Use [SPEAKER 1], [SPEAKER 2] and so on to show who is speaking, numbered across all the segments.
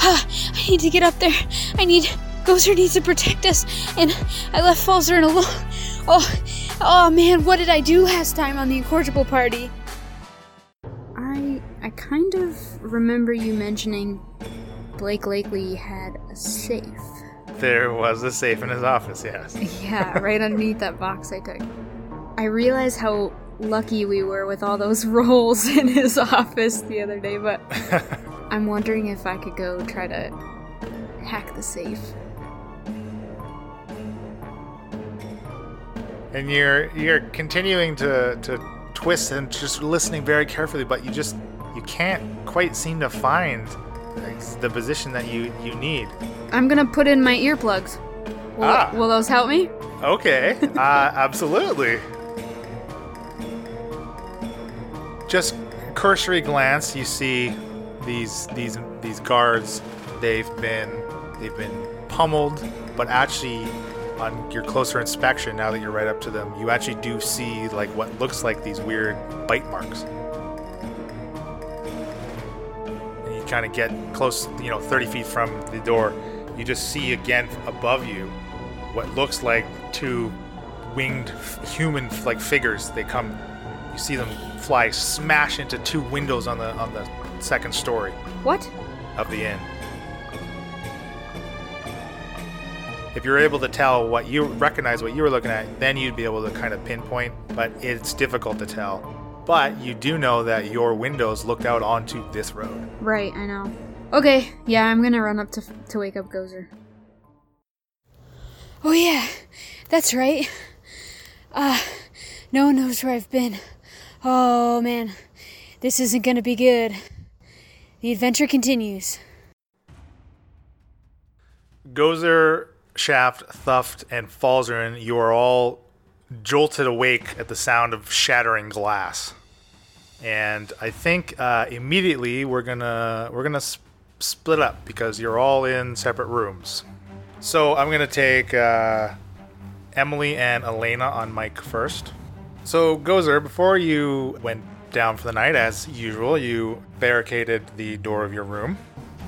[SPEAKER 1] Ah, I need to get up there. I need. Gozer needs to protect us, and I left Falzer alone. Oh, oh man, what did I do last time on the incorrigible party? I I kind of remember you mentioning Blake Lakely had a safe.
[SPEAKER 2] There was a safe in his office, yes.
[SPEAKER 1] Yeah, right underneath that box I took. I realized how lucky we were with all those rolls in his office the other day, but I'm wondering if I could go try to hack the safe.
[SPEAKER 2] and you're you're continuing to to twist and just listening very carefully but you just you can't quite seem to find like, the position that you you need
[SPEAKER 1] I'm gonna put in my earplugs. Will,
[SPEAKER 2] Ah.
[SPEAKER 1] will those help me?
[SPEAKER 2] okay uh absolutely just cursory glance you see these these these guards they've been they've been pummeled but actually on your closer inspection now that you're right up to them you actually do see like what looks like these weird bite marks and you kind of get close you know 30 feet from the door you just see again above you what looks like two winged f- human like figures they come you see them fly smash into two windows on the on the second story
[SPEAKER 1] What?
[SPEAKER 2] of the inn. If you're able to tell what you recognize what you were looking at, then you'd be able to kind of pinpoint, but it's difficult to tell. But you do know that your windows looked out onto this road.
[SPEAKER 1] Right, I know. Okay, yeah, I'm gonna run up to to wake up Gozer. Oh yeah, that's right. Uh, no one knows where I've been. Oh man, this isn't gonna be good. The adventure continues.
[SPEAKER 2] Gozer, Shaft, Thuft, and Falzarin, you are all jolted awake at the sound of shattering glass. And I think uh, immediately we're gonna we're gonna sp- split up because you're all in separate rooms. So I'm gonna take uh, Emily and Elena on mic first. So Gozer, before you went down for the night, as usual, you barricaded the door of your room.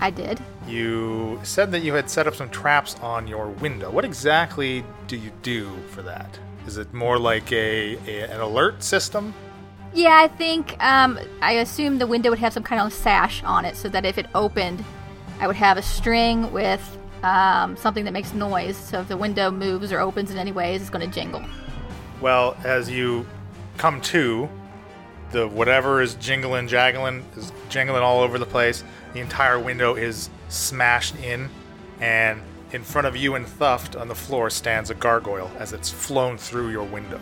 [SPEAKER 1] I did.
[SPEAKER 2] You said that you had set up some traps on your window. What exactly do you do for that? Is it more like a, a an alert system?
[SPEAKER 3] Yeah, I think um, I assume the window would have some kind of sash on it, so that if it opened, I would have a string with um, something that makes noise. So if the window moves or opens in any ways, it's going to jingle.
[SPEAKER 2] Well, as you come to, the whatever is jingling, jaggling is jingling all over the place. The entire window is smashed in, and in front of you and Thuft on the floor stands a gargoyle as it's flown through your window.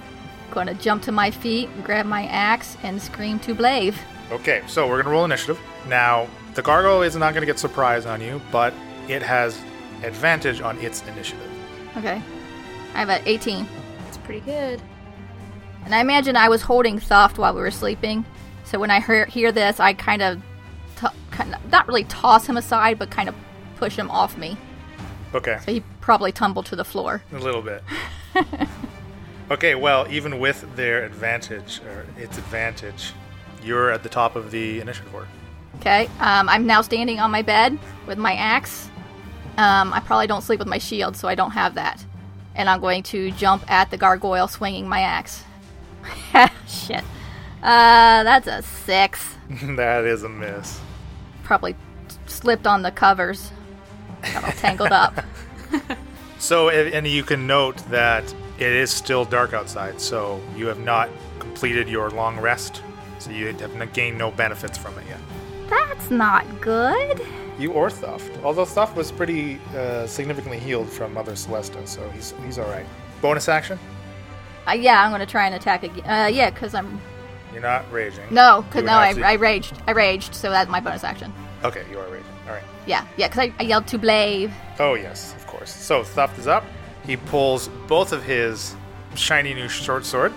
[SPEAKER 3] Going to jump to my feet, grab my axe, and scream to Blave.
[SPEAKER 2] Okay, so we're gonna roll initiative. Now, the gargoyle is not gonna get surprised on you, but it has advantage on its initiative.
[SPEAKER 3] Okay, I have a 18,
[SPEAKER 1] It's pretty good.
[SPEAKER 3] and I imagine I was holding Thoft while we were sleeping. So when I hear, hear this, I kind of, t- kind of not really toss him aside, but kind of push him off me.
[SPEAKER 2] Okay,
[SPEAKER 3] So he probably tumbled to the floor.
[SPEAKER 2] a little bit. okay, well, even with their advantage or its advantage, you're at the top of the initiative order.
[SPEAKER 3] Okay, um, I'm now standing on my bed with my axe. Um, I probably don't sleep with my shield, so I don't have that. And I'm going to jump at the gargoyle swinging my axe. Shit. Uh, that's a six.
[SPEAKER 2] that is a miss.
[SPEAKER 3] Probably slipped on the covers. Got all tangled up.
[SPEAKER 2] So, a- and you can note that it is still dark outside, so you have not completed your long rest, so you have n- gained no benefits from it yet.
[SPEAKER 3] That's not good.
[SPEAKER 2] You or Thuft. Although Thuft was pretty uh, significantly healed from Mother Celesta, so he's he's all right. Bonus action?
[SPEAKER 3] Uh, yeah, I'm gonna try and attack again. Uh, yeah, cause I'm
[SPEAKER 2] You're not raging.
[SPEAKER 3] no,
[SPEAKER 2] You
[SPEAKER 3] cause
[SPEAKER 2] would
[SPEAKER 3] no, I,
[SPEAKER 2] have to-
[SPEAKER 3] I raged. I raged, so that's my bonus action.
[SPEAKER 2] Okay, you are raging. All right.
[SPEAKER 3] Yeah, yeah, cause I, I yelled to Blave.
[SPEAKER 2] Oh yes, of course. So Thuft is up. He pulls both of his shiny new short sword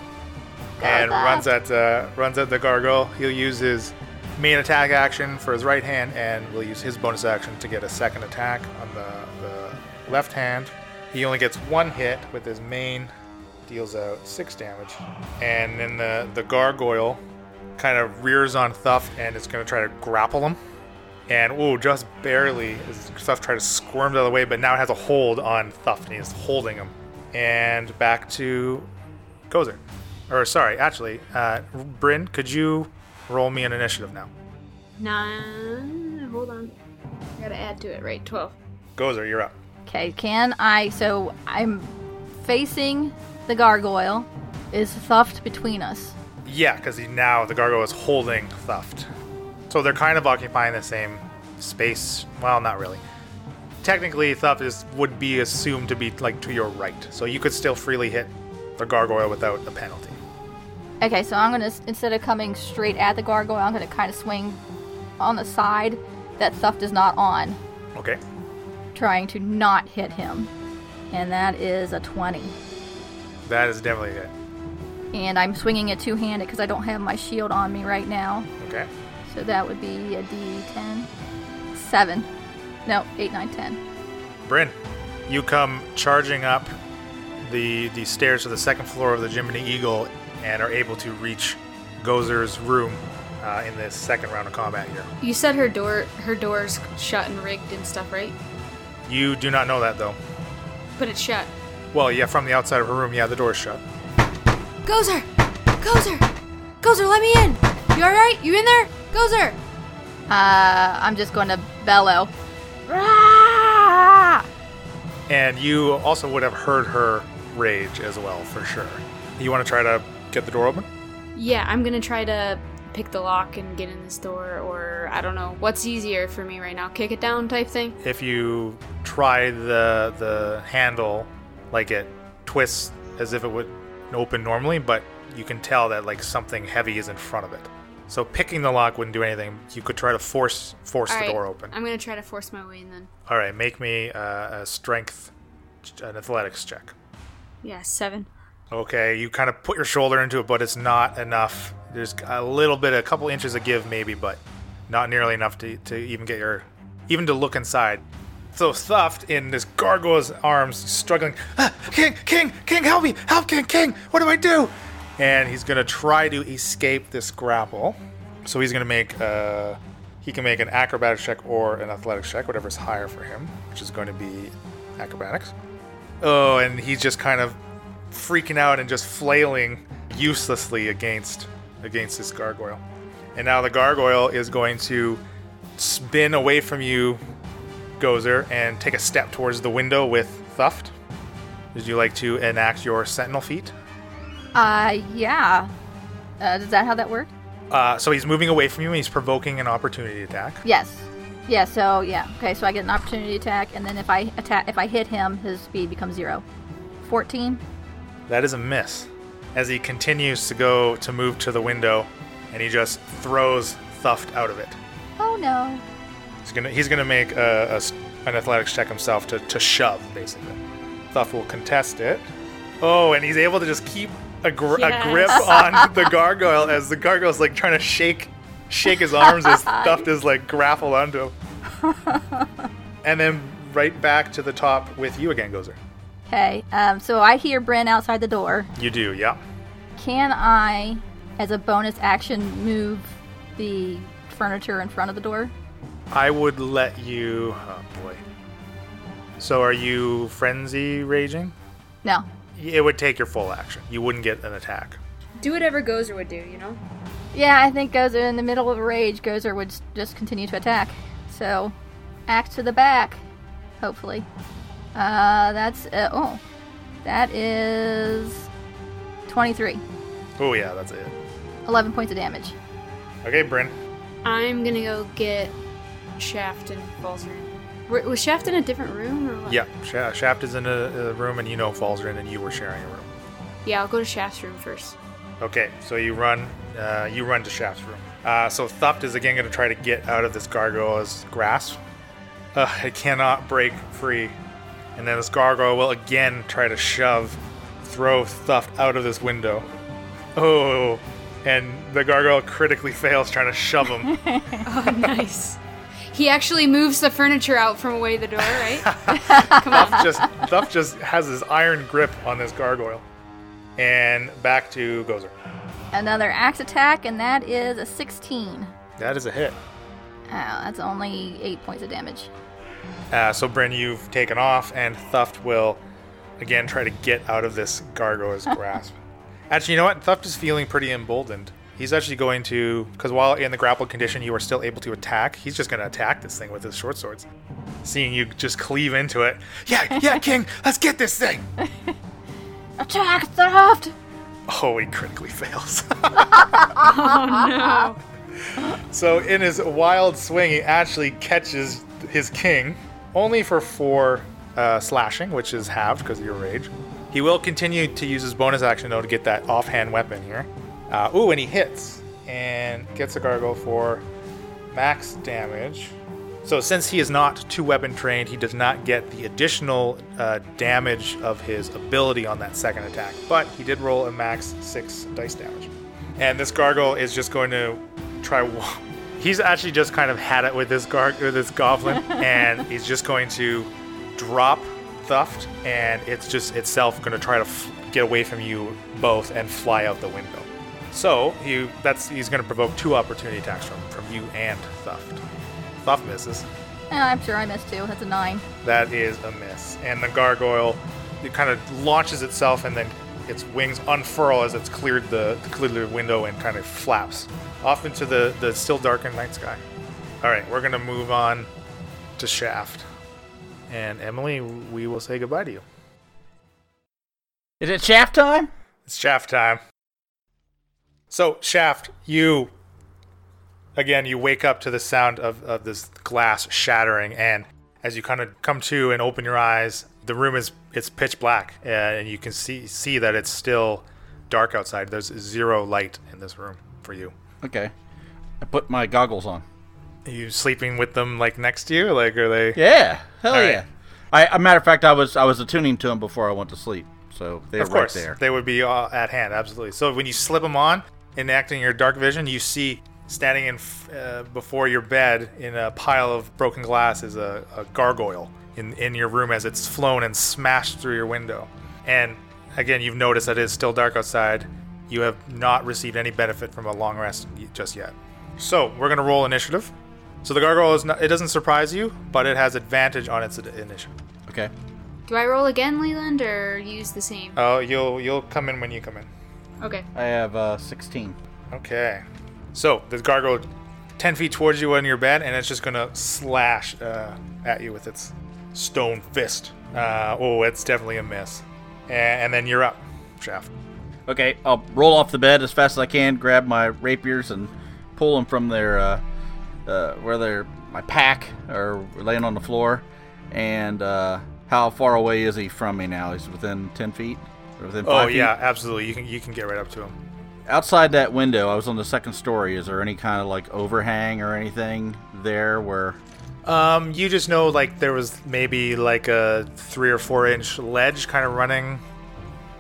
[SPEAKER 2] and
[SPEAKER 3] Thuft.
[SPEAKER 2] runs at uh, runs at the gargoyle. He'll use his main attack action for his right hand, and will use his bonus action to get a second attack on the, the left hand. He only gets one hit with his main, deals out six damage, and then the the gargoyle kind of rears on Thuft and is going to try to grapple him And ooh, just barely as Thuft tried to squirm out of the way, but now it has a hold on Thuft and he's holding him. And back to Gozer. Or sorry, actually, uh, Bryn, could you roll me an initiative now?
[SPEAKER 4] Nine. Hold on. I gotta add to it, right? 12.
[SPEAKER 2] Gozer, you're up.
[SPEAKER 3] Okay, can I? So I'm facing the gargoyle. Is Thuft between us?
[SPEAKER 2] Yeah, because now the gargoyle is holding Thuft. So they're kind of occupying the same space. Well, not really. Technically, Thuft is, would be assumed to be like to your right, so you could still freely hit the gargoyle without a penalty.
[SPEAKER 3] Okay, so I'm gonna instead of coming straight at the gargoyle, I'm gonna kind of swing on the side that Thuft is not on,
[SPEAKER 2] Okay.
[SPEAKER 3] trying to not hit him, and that is a 20.
[SPEAKER 2] That is definitely it.
[SPEAKER 3] And I'm swinging it two-handed because I don't have my shield on me right now,
[SPEAKER 2] Okay.
[SPEAKER 3] so that would be a D10, seven, no, eight, nine, ten.
[SPEAKER 2] Bryn, you come charging up the the stairs to the second floor of the Jiminy Eagle and are able to reach Gozer's room uh, in this second round of combat here.
[SPEAKER 4] You said her door, her door's shut and rigged and stuff, right?
[SPEAKER 2] You do not know that though.
[SPEAKER 4] But it's shut.
[SPEAKER 2] Well, yeah, from the outside of her room, yeah, the door's shut.
[SPEAKER 1] Gozer! Gozer! Gozer, let me in! You alright? You in there? Gozer!
[SPEAKER 3] Uh, I'm just going to bellow. Rah!
[SPEAKER 2] And you also would have heard her rage as well, for sure. You want to try to get the door open?
[SPEAKER 4] Yeah, I'm gonna try to pick the lock and get in this door, or I don't know. What's easier for me right now? Kick it down type thing?
[SPEAKER 2] If you try the the handle, like it twists as if it would open normally, but you can tell that like something heavy is in front of it. So picking the lock wouldn't do anything. You could try to force force the
[SPEAKER 4] Alright,
[SPEAKER 2] door open.
[SPEAKER 4] I'm gonna try to force my way in then.
[SPEAKER 2] All right, make me uh, a strength, an athletics check.
[SPEAKER 4] Yeah, seven.
[SPEAKER 2] Okay, you kind of put your shoulder into it, but it's not enough. There's a little bit, a couple inches of give, maybe, but not nearly enough to, to even get your, even to look inside. So Thuft, in this gargoyle's arms, struggling, ah, King, King, King, help me, help, King, King, what do I do? And he's gonna try to escape this grapple. So he's gonna make, uh, he can make an acrobatics check or an athletics check, whatever's higher for him, which is going to be acrobatics. Oh, and he's just kind of freaking out and just flailing uselessly against against this gargoyle. And now the gargoyle is going to spin away from you, Gozer, and take a step towards the window with Thuft. Would you like to enact your sentinel feat?
[SPEAKER 3] Uh, yeah. Uh, is that how that worked?
[SPEAKER 2] Uh, so he's moving away from you and he's provoking an opportunity attack.
[SPEAKER 3] Yes. Yeah. So yeah. Okay. So I get an opportunity attack, and then if I attack, if I hit him, his speed becomes zero. Fourteen.
[SPEAKER 2] That is a miss. As he continues to go to move to the window, and he just throws Thuft out of it.
[SPEAKER 3] Oh no.
[SPEAKER 2] He's gonna he's gonna make a, a s- an athletics check himself to, to shove basically. Thuff will contest it. Oh, and he's able to just keep a, gr-
[SPEAKER 4] Yes.
[SPEAKER 2] a grip on the gargoyle as the gargoyle's like trying to shake shake his arms as Thuff is like grappled onto him. and then right back to the top with you again, Gozer.
[SPEAKER 3] Okay. Um. So I hear Bryn outside the door.
[SPEAKER 2] You do, yeah.
[SPEAKER 3] Can I, as a bonus action, move the furniture in front of the door?
[SPEAKER 2] I would let you. Oh boy. So are you frenzy raging?
[SPEAKER 3] No.
[SPEAKER 2] It would take your full action. You wouldn't get an attack.
[SPEAKER 4] Do whatever Gozer would do, you know?
[SPEAKER 3] Yeah, I think Gozer in the middle of a rage, Gozer would s- just continue to attack. So, axe to the back, hopefully. Uh, that's uh, oh, that is 23,
[SPEAKER 2] Oh yeah, that's it.
[SPEAKER 3] 11 points of damage.
[SPEAKER 2] Okay, Bryn.
[SPEAKER 4] I'm gonna go get Shaft and Balzer. Were- Was Shaft in a different room or what?
[SPEAKER 2] Yeah, Sha- Shaft is in a, a room, and you know Falls are in, and you were sharing a room.
[SPEAKER 4] Yeah, I'll go to Shaft's room first.
[SPEAKER 2] Okay, so you run, uh, you run to Shaft's room. Uh, so Thupt is again going to try to get out of this gargoyle's grasp. Uh, it cannot break free, and then this gargoyle will again try to shove, throw Thupt out of this window. Oh, and the gargoyle critically fails trying to shove him.
[SPEAKER 4] Oh, nice. He actually moves the furniture out from away the door, right? Come on.
[SPEAKER 2] Thuff just Thuff just has his iron grip on this gargoyle, and back to Gozer.
[SPEAKER 3] Another axe attack, and that is a 16.
[SPEAKER 2] That is a hit.
[SPEAKER 3] Uh, that's only eight points of damage.
[SPEAKER 2] Uh, so, Bryn, you've taken off, and Thuft will again try to get out of this gargoyle's grasp. Actually, you know what? Thuft is feeling pretty emboldened. He's actually going to, because while in the grapple condition, you are still able to attack. He's just going to attack this thing with his short swords. Seeing you just cleave into it. Yeah, yeah, King, let's get this thing.
[SPEAKER 3] Attack theft! Uh,
[SPEAKER 2] Oh, he critically fails.
[SPEAKER 4] Oh no.
[SPEAKER 2] So in his wild swing, he actually catches his king, only for four uh, slashing, which is halved because of your rage. He will continue to use his bonus action though to get that offhand weapon here. Uh, ooh, and he hits and gets a gargoyle for max damage. So since he is not two weapon trained, he does not get the additional uh, damage of his ability on that second attack. But he did roll a max six dice damage, and this gargoyle is just going to try. wa- He's actually just kind of had it with this gar- with this goblin, and he's just going to drop Thuft, and it's just itself going to try to f- get away from you both and fly out the window. So he that's he's going to provoke two opportunity attacks from from you and Thuft. Buff misses.
[SPEAKER 3] Uh, I'm sure I missed two. That's a nine.
[SPEAKER 2] That is a miss. And the gargoyle, it kind of launches itself and then its wings unfurl as it's cleared the cleared the window and kind of flaps off into the the still darkened night sky. All right, we're gonna move on to Shaft. And Emily, we will say goodbye to you.
[SPEAKER 5] Is it shaft time?
[SPEAKER 2] It's Shaft time. So, Shaft, you again, you wake up to the sound of, of this glass shattering, and as you kind of come to and open your eyes, the room is it's pitch black, uh, and you can see see that it's still dark outside. There's zero light in this room for you.
[SPEAKER 5] Okay. I put my goggles on.
[SPEAKER 2] Are you sleeping with them like next to you? Like are they?
[SPEAKER 5] Yeah. Hell
[SPEAKER 2] All right.
[SPEAKER 5] yeah. I, a matter of fact, I was I was attuning to them before I went to sleep, so they're
[SPEAKER 2] of course,
[SPEAKER 5] right there.
[SPEAKER 2] they would be uh, at hand. Absolutely. So when you slip them on, enacting your dark vision, you see standing in f- uh, before your bed in a pile of broken glass is a, a gargoyle in in your room as it's flown and smashed through your window. And again, you've noticed that it is still dark outside. You have not received any benefit from a long rest y- just yet. So we're gonna roll initiative. So the gargoyle is not, it doesn't surprise you, but it has advantage on its initiative.
[SPEAKER 5] okay.
[SPEAKER 4] Do I roll again, Leland, or use the same?
[SPEAKER 2] Oh, you'll you'll come in when you come in.
[SPEAKER 4] Okay.
[SPEAKER 5] I have uh, 16.
[SPEAKER 2] Okay. So the gargoyle, ten feet towards you on your bed, and it's just gonna slash uh, at you with its stone fist. Uh, oh, it's definitely a miss. And, and then you're up, Shaft.
[SPEAKER 5] Okay, I'll roll off the bed as fast as I can, grab my rapiers and pull them from their uh, uh, where they're my pack or laying on the floor. And uh, how far away is he from me now? He's within 10 feet or within
[SPEAKER 2] Oh
[SPEAKER 5] five feet?
[SPEAKER 2] yeah, absolutely. You can you can get right up to him.
[SPEAKER 5] Outside that window, I was on the second story. Is there any kind of like overhang or anything there where?
[SPEAKER 2] Um, you just know like there was maybe like a three or four inch ledge kind of running,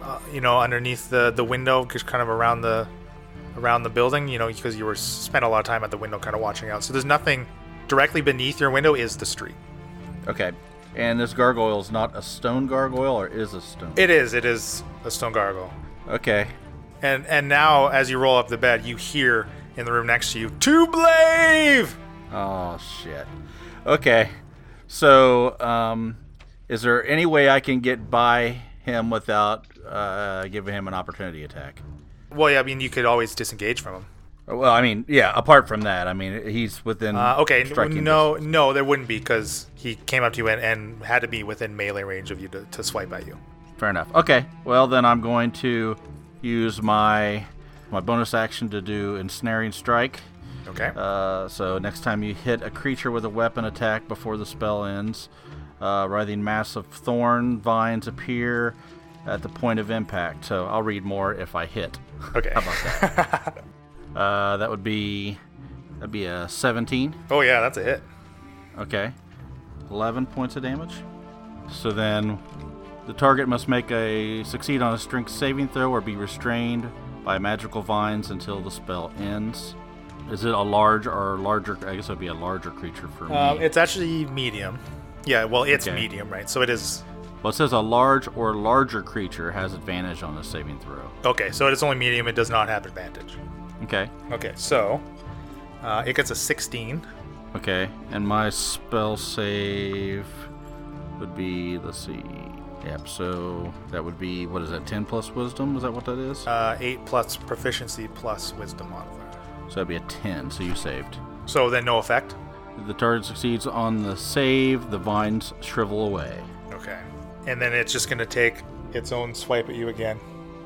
[SPEAKER 2] uh, you know, underneath the the window, just kind of around the around the building, you know, because you were spent a lot of time at the window, kind of watching out. So there's nothing directly beneath your window is the street.
[SPEAKER 5] Okay. And this gargoyle is not a stone gargoyle or is a stone?
[SPEAKER 2] It is. It is a stone gargoyle.
[SPEAKER 5] okay.
[SPEAKER 2] And and now as you roll up the bed, you hear in the room next to you, "To Blave!"
[SPEAKER 5] Oh shit. Okay. So, um, is there any way I can get by him without uh, giving him an opportunity attack?
[SPEAKER 2] Well, yeah, I mean, you could always disengage from him.
[SPEAKER 5] Well, I mean, yeah. Apart from that, I mean, he's within.
[SPEAKER 2] Uh, okay,
[SPEAKER 5] striking
[SPEAKER 2] n- no, no, there wouldn't be because he came up to you and, and had to be within melee range of you to, to swipe at you.
[SPEAKER 5] distance. Fair enough. Okay. Well, then I'm going to use my my bonus action to do ensnaring strike.
[SPEAKER 2] Okay.
[SPEAKER 5] Uh, so next time you hit a creature with a weapon attack before the spell ends, uh, writhing mass of thorn vines appear at the point of impact. So I'll read more if I hit.
[SPEAKER 2] okay.
[SPEAKER 5] Uh, that would be that'd be a 17.
[SPEAKER 2] oh yeah, that's a hit.
[SPEAKER 5] Okay, 11 points of damage. So then, the target must make a succeed on a strength saving throw or be restrained by magical vines until the spell ends. Is it a large or larger? I guess it would be a larger creature for me.
[SPEAKER 2] Um, it's actually medium. Yeah, well, it's
[SPEAKER 5] Okay.
[SPEAKER 2] medium, right? So it is.
[SPEAKER 5] Well, it says a large or larger creature has advantage on a saving throw.
[SPEAKER 2] Okay, so it is only medium. It does not have advantage.
[SPEAKER 5] Okay.
[SPEAKER 2] Okay, so uh, it gets a 16.
[SPEAKER 5] Okay, and my spell save would be let's see. Yep, so that would be what is that? Ten plus wisdom? Is that what that is?
[SPEAKER 2] Uh, eight plus proficiency plus wisdom modifier.
[SPEAKER 5] so that'd be a ten. So you saved.
[SPEAKER 2] So then no effect.
[SPEAKER 5] The target succeeds on the save. The vines shrivel away.
[SPEAKER 2] Okay. And then it's just going to take its own swipe at you again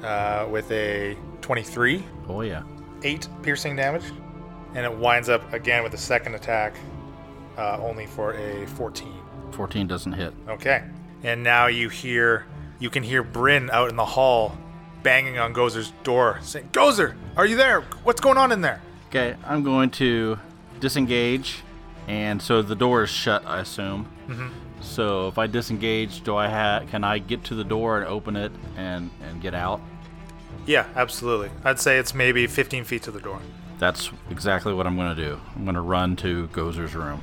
[SPEAKER 2] uh, with a 23,
[SPEAKER 5] Oh yeah.
[SPEAKER 2] 8 piercing damage. And it winds up again with a second attack, uh, only for a 14.
[SPEAKER 5] 14 doesn't hit.
[SPEAKER 2] Okay. And now you hear, you can hear Bryn out in the hall banging on Gozer's door saying, Gozer, are you there? What's going on in there?
[SPEAKER 5] Okay, I'm going to disengage, and so the door is shut, I assume. So if I disengage, do I ha- can I get to the door and open it and and get out?
[SPEAKER 2] Yeah, absolutely. I'd say it's maybe 15 feet to the door.
[SPEAKER 5] That's exactly what I'm going to do. I'm going to run to Gozer's room.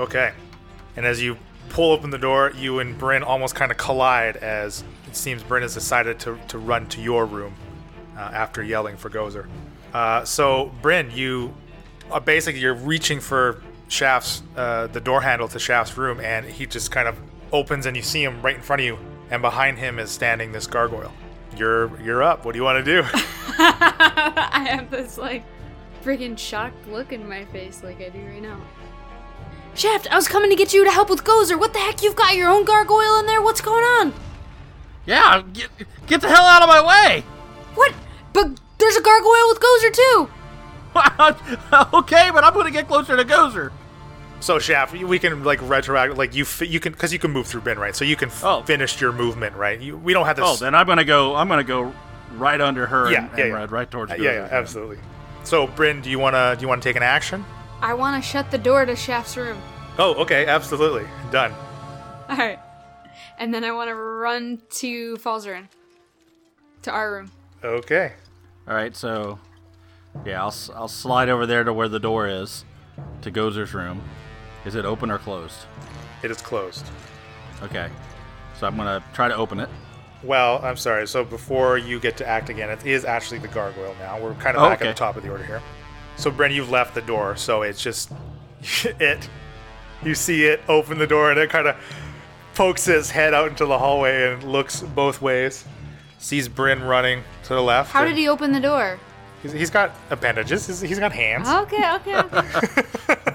[SPEAKER 2] Okay. And as you pull open the door, you and Bryn almost kind of collide as it seems Bryn has decided to, to run to your room uh, after yelling for Gozer. Uh, so, Bryn, you uh, basically you're reaching for Shaft's, uh, the door handle to Shaft's room, and he just kind of opens and you see him right in front of you, and behind him is standing this gargoyle. You're you're up. What do you want to do?
[SPEAKER 4] I have this like freaking shocked look in my face, like I do right now. Shaft, I was coming to get you to help with Gozer. What the heck? You've got your own gargoyle in there. What's going on?
[SPEAKER 5] Yeah, get, get the hell out of my way!
[SPEAKER 4] What? But there's a gargoyle with Gozer too.
[SPEAKER 5] okay, but I'm going to get closer to Gozer.
[SPEAKER 2] So Shaft, we can like retroact, like you fi- you can because you can move through Bryn, right? So you can f-
[SPEAKER 5] Oh.
[SPEAKER 2] finish your movement, right? You, we don't have to.
[SPEAKER 5] Oh,
[SPEAKER 2] s-
[SPEAKER 5] then I'm going to go. I'm going to go right under her
[SPEAKER 2] yeah,
[SPEAKER 5] and,
[SPEAKER 2] yeah,
[SPEAKER 5] and
[SPEAKER 2] yeah.
[SPEAKER 5] ride right towards
[SPEAKER 2] Uh,
[SPEAKER 5] Gozer.
[SPEAKER 2] yeah, yeah, absolutely. So Bryn, do you wanna do you wanna take an action?
[SPEAKER 4] I want to shut the door to Shaft's room.
[SPEAKER 2] Oh, okay, absolutely, done.
[SPEAKER 4] All right, and then I want to run to Falzarin, to our room.
[SPEAKER 2] Okay,
[SPEAKER 5] All right, so yeah, I'll, s- I'll slide over there to where the door is to Gozer's room. Is it open or closed?
[SPEAKER 2] it is closed.
[SPEAKER 5] Okay, so I'm gonna try to open it.
[SPEAKER 2] Well, I'm sorry. So before you get to act again, it is actually the gargoyle now. We're kind of
[SPEAKER 5] Oh,
[SPEAKER 2] back
[SPEAKER 5] okay.
[SPEAKER 2] at the top of the order here. So Bryn, you've left the door, so it's just it. You see it open the door, and it kind of pokes his head out into the hallway and looks both ways. Sees Bryn running to the left.
[SPEAKER 4] How
[SPEAKER 2] and
[SPEAKER 4] did he open the door?
[SPEAKER 2] He's, he's got appendages. He's, he's got
[SPEAKER 4] Oh.
[SPEAKER 2] hands.
[SPEAKER 4] Okay, okay. okay.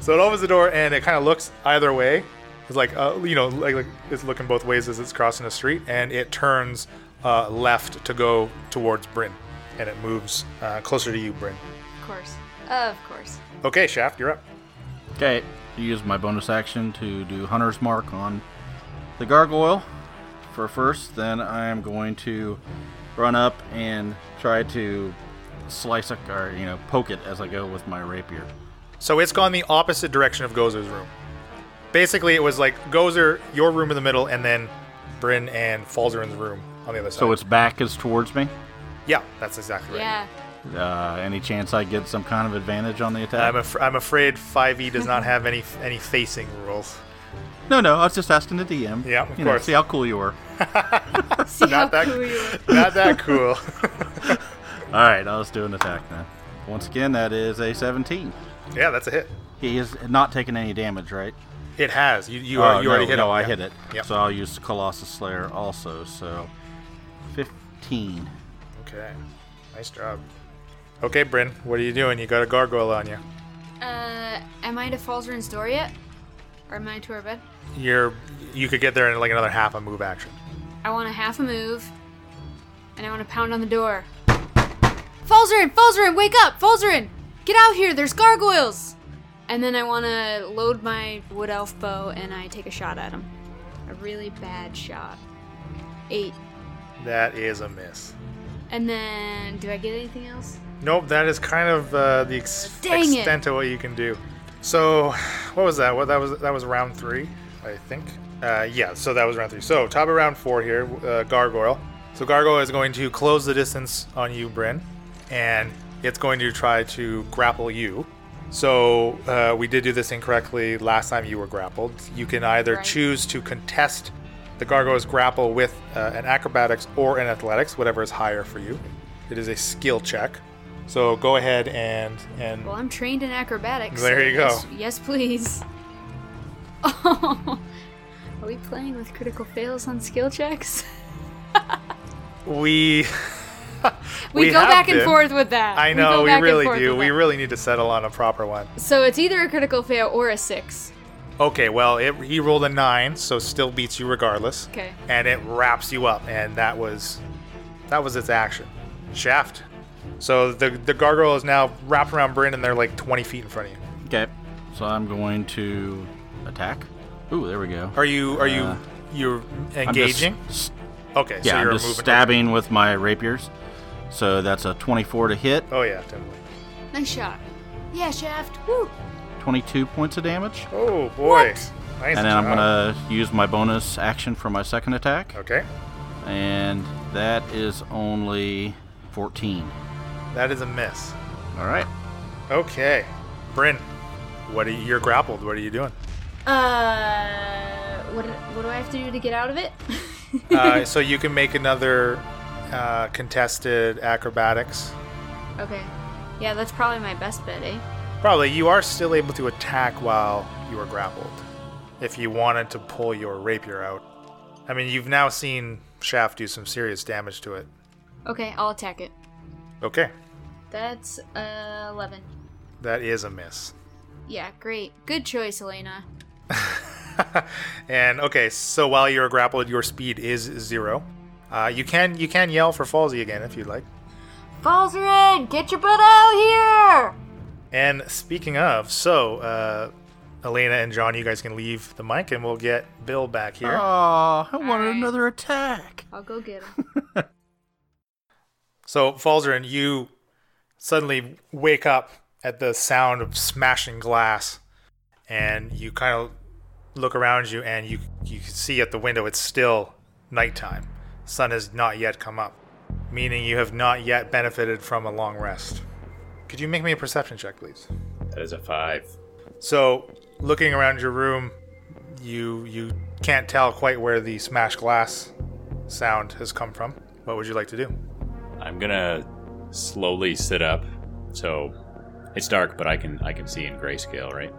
[SPEAKER 2] So it opens the door and it kind of looks either way. It's like, uh, you know, like, like it's looking both ways as it's crossing the street, and it turns uh, left to go towards Bryn, and it moves uh, closer to you, Bryn.
[SPEAKER 4] of course, of course.
[SPEAKER 2] Okay, Shaft, you're up.
[SPEAKER 5] Okay, use my bonus action to do Hunter's Mark on the gargoyle for first. Then I am going to run up and try to slice it or you know poke it as I go with my rapier.
[SPEAKER 2] So it's gone the opposite direction of Gozer's room. Basically, it was like Gozer, your room in the middle, and then Bryn and Falzarin's room on the other side.
[SPEAKER 5] So its back is towards me.
[SPEAKER 2] yeah, that's exactly right.
[SPEAKER 4] Yeah.
[SPEAKER 5] Uh, any chance I get some kind of advantage on the attack?
[SPEAKER 2] I'm, af- I'm afraid 5e does not have any any facing rules.
[SPEAKER 5] No, no, I was just asking the DM.
[SPEAKER 2] Yeah, of
[SPEAKER 5] You know,
[SPEAKER 2] course.
[SPEAKER 5] see how cool you were.
[SPEAKER 4] See how
[SPEAKER 2] Not that,
[SPEAKER 4] cool you are.
[SPEAKER 2] not that cool.
[SPEAKER 5] All right, I'll just do an attack then. Once again, that is a 17.
[SPEAKER 2] yeah, that's a hit.
[SPEAKER 5] He has not taken any damage, right?
[SPEAKER 2] It has. You you,
[SPEAKER 5] Oh,
[SPEAKER 2] are, you
[SPEAKER 5] no,
[SPEAKER 2] already hit
[SPEAKER 5] no,
[SPEAKER 2] him.
[SPEAKER 5] I
[SPEAKER 2] Yeah.
[SPEAKER 5] hit it.
[SPEAKER 2] Yep.
[SPEAKER 5] So I'll use Colossus Slayer also. So 15.
[SPEAKER 2] Okay. Nice job. Okay, Bryn, what are you doing? You got a gargoyle on you.
[SPEAKER 4] Uh, am I to Falzarin's door yet? Or am I to our bed?
[SPEAKER 2] You're you could get there in like another half a move action.
[SPEAKER 4] I want to half a move, and I want to pound on the door. Falzarin, Falzarin, wake up! Falzarin, get out here! There's gargoyles! And then I want to load my wood elf bow, and I take a shot at him. A really bad shot. Eight.
[SPEAKER 2] That is a miss.
[SPEAKER 4] And then, do I get anything else?
[SPEAKER 2] Nope, that is kind of uh, the ex-
[SPEAKER 4] Dang it.
[SPEAKER 2] extent of what you can do. So, what was that? What that was that was round three, I think. Uh, yeah, so that was round three. So top of round four here, uh, gargoyle. So gargoyle is going to close the distance on you, Bryn, and it's going to try to grapple you. So uh, we did do this incorrectly last time you were grappled. You can either
[SPEAKER 4] Right.
[SPEAKER 2] choose to contest the gargoyle's grapple with uh, an acrobatics or an athletics, whatever is higher for you. It is a skill check. So go ahead and and
[SPEAKER 4] Well, I'm trained in acrobatics.
[SPEAKER 2] There you go.
[SPEAKER 4] yes- Yes, please. Oh, are we playing with critical fails on skill checks?
[SPEAKER 2] we
[SPEAKER 4] We, go
[SPEAKER 2] have
[SPEAKER 4] back and
[SPEAKER 2] been.
[SPEAKER 4] forth with that.
[SPEAKER 2] I know
[SPEAKER 4] go
[SPEAKER 2] we,
[SPEAKER 4] back and
[SPEAKER 2] really
[SPEAKER 4] forth
[SPEAKER 2] do.
[SPEAKER 4] with
[SPEAKER 2] We
[SPEAKER 4] that.
[SPEAKER 2] really need to settle on a proper one.
[SPEAKER 4] So it's either a critical fail or a six.
[SPEAKER 2] Okay, well, it, he rolled a nine, so still beats you regardless.
[SPEAKER 4] Okay.
[SPEAKER 2] And it wraps you up, and that was that was its action. Shaft. So the the gargoyle is now wrapped around Bryn, and they're like 20 feet in front of you.
[SPEAKER 5] Okay. So I'm going to attack. Ooh, there we go.
[SPEAKER 2] Are you are you
[SPEAKER 5] Uh,
[SPEAKER 2] you're
[SPEAKER 5] I'm just
[SPEAKER 2] engaging?
[SPEAKER 5] s-
[SPEAKER 2] okay,
[SPEAKER 5] yeah,
[SPEAKER 2] so you're
[SPEAKER 5] I'm just
[SPEAKER 2] moving.
[SPEAKER 5] stabbing with my rapiers. So that's a 24 to hit,
[SPEAKER 2] Oh yeah, definitely.
[SPEAKER 4] Nice shot. Yeah, Shaft. Woo.
[SPEAKER 5] 22 points of damage,
[SPEAKER 2] Oh boy.
[SPEAKER 4] What?
[SPEAKER 2] Nice
[SPEAKER 5] and then I'm
[SPEAKER 2] job.
[SPEAKER 5] gonna use my bonus action for my second attack,
[SPEAKER 2] Okay,
[SPEAKER 5] and that is only 14.
[SPEAKER 2] that is a miss.
[SPEAKER 5] All right.
[SPEAKER 2] Okay, Bryn, what are you, you're grappled? What are you doing?
[SPEAKER 4] Uh, what do- what do I have to do to get out of it?
[SPEAKER 2] uh, so you can make another uh, contested acrobatics.
[SPEAKER 4] okay. Yeah, that's probably my best bet, eh?
[SPEAKER 2] Probably you are still able to attack while you are grappled. If you wanted to pull your rapier out. I mean, you've now seen Shaft do some serious damage to it.
[SPEAKER 4] Okay, I'll attack it.
[SPEAKER 2] Okay,
[SPEAKER 4] That's uh, 11.
[SPEAKER 2] that is a miss.
[SPEAKER 4] Yeah, great. Good choice, Elena.
[SPEAKER 2] and okay, so while you're grappled, your speed is zero. Uh, you can you can yell for Falsey again if you'd like.
[SPEAKER 4] Falzarin, get your butt out
[SPEAKER 2] And speaking of, so uh, Elena and John, you guys can leave the mic, and we'll get Bill back here.
[SPEAKER 5] Oh, I wanted
[SPEAKER 4] right.
[SPEAKER 5] another attack.
[SPEAKER 4] here! I'll go get him.
[SPEAKER 2] So, Falzarin, you suddenly wake up at the sound of smashing glass, and you kind of look around you, and you you can see at the window it's still nighttime. Sun has not yet come up, meaning you have not yet benefited from a long rest. Could you make me a perception check, please?
[SPEAKER 6] That is a five.
[SPEAKER 2] So, looking around your room, you you can't tell quite where the smashed glass sound has come from. What would you like to do?
[SPEAKER 6] I'm gonna slowly sit up. So it's dark, but I can I can see in grayscale, right?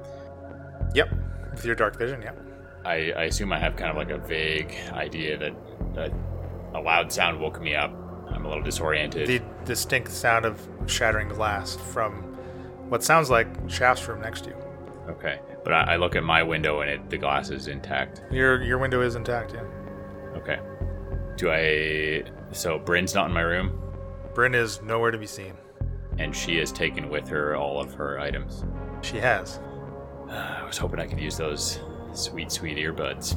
[SPEAKER 2] Yep, with your dark vision. Yep.
[SPEAKER 6] I, I assume I have kind of like a vague idea that a, a loud sound woke me up. I'm a little disoriented.
[SPEAKER 2] the distinct sound of shattering glass from what sounds like Shaft's room next to you.
[SPEAKER 6] okay, but I, I look at my window and it, the glass is intact.
[SPEAKER 2] Your your window is intact, yeah.
[SPEAKER 6] Okay. Do I? So Bryn's not in my room,
[SPEAKER 2] Bryn is nowhere to be seen.
[SPEAKER 6] and she has taken with her all of her items.
[SPEAKER 2] She has.
[SPEAKER 6] I was hoping I could use those sweet, sweet earbuds.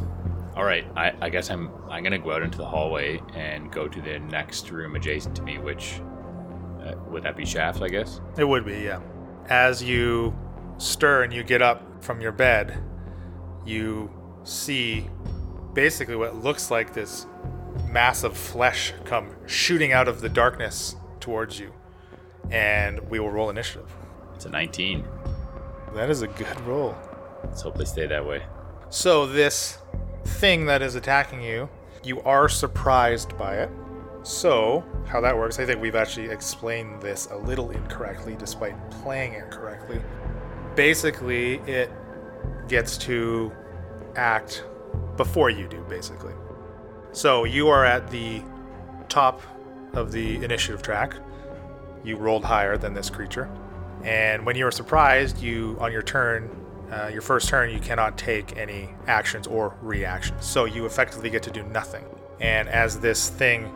[SPEAKER 6] All right, I, I guess I'm I'm gonna go out into the hallway and go to the next room adjacent to me, which uh, would that be Shaft? I guess.
[SPEAKER 2] It would be, yeah. As you stir and you get up from your bed, you see basically what looks like this mass of flesh come shooting out of the darkness towards you. And we will roll initiative.
[SPEAKER 6] It's a 19.
[SPEAKER 2] That is a good roll.
[SPEAKER 6] Let's hope they stay that way.
[SPEAKER 2] So this thing that is attacking you, you are surprised by it. So how that works, I think we've actually explained this a little incorrectly, despite playing it correctly. Basically, it gets to act before you do, basically. So you are at the top of the initiative track. You rolled higher than this creature, and when you are surprised, you on your turn, uh, your first turn, you cannot take any actions or reactions. So you effectively get to do nothing. And as this thing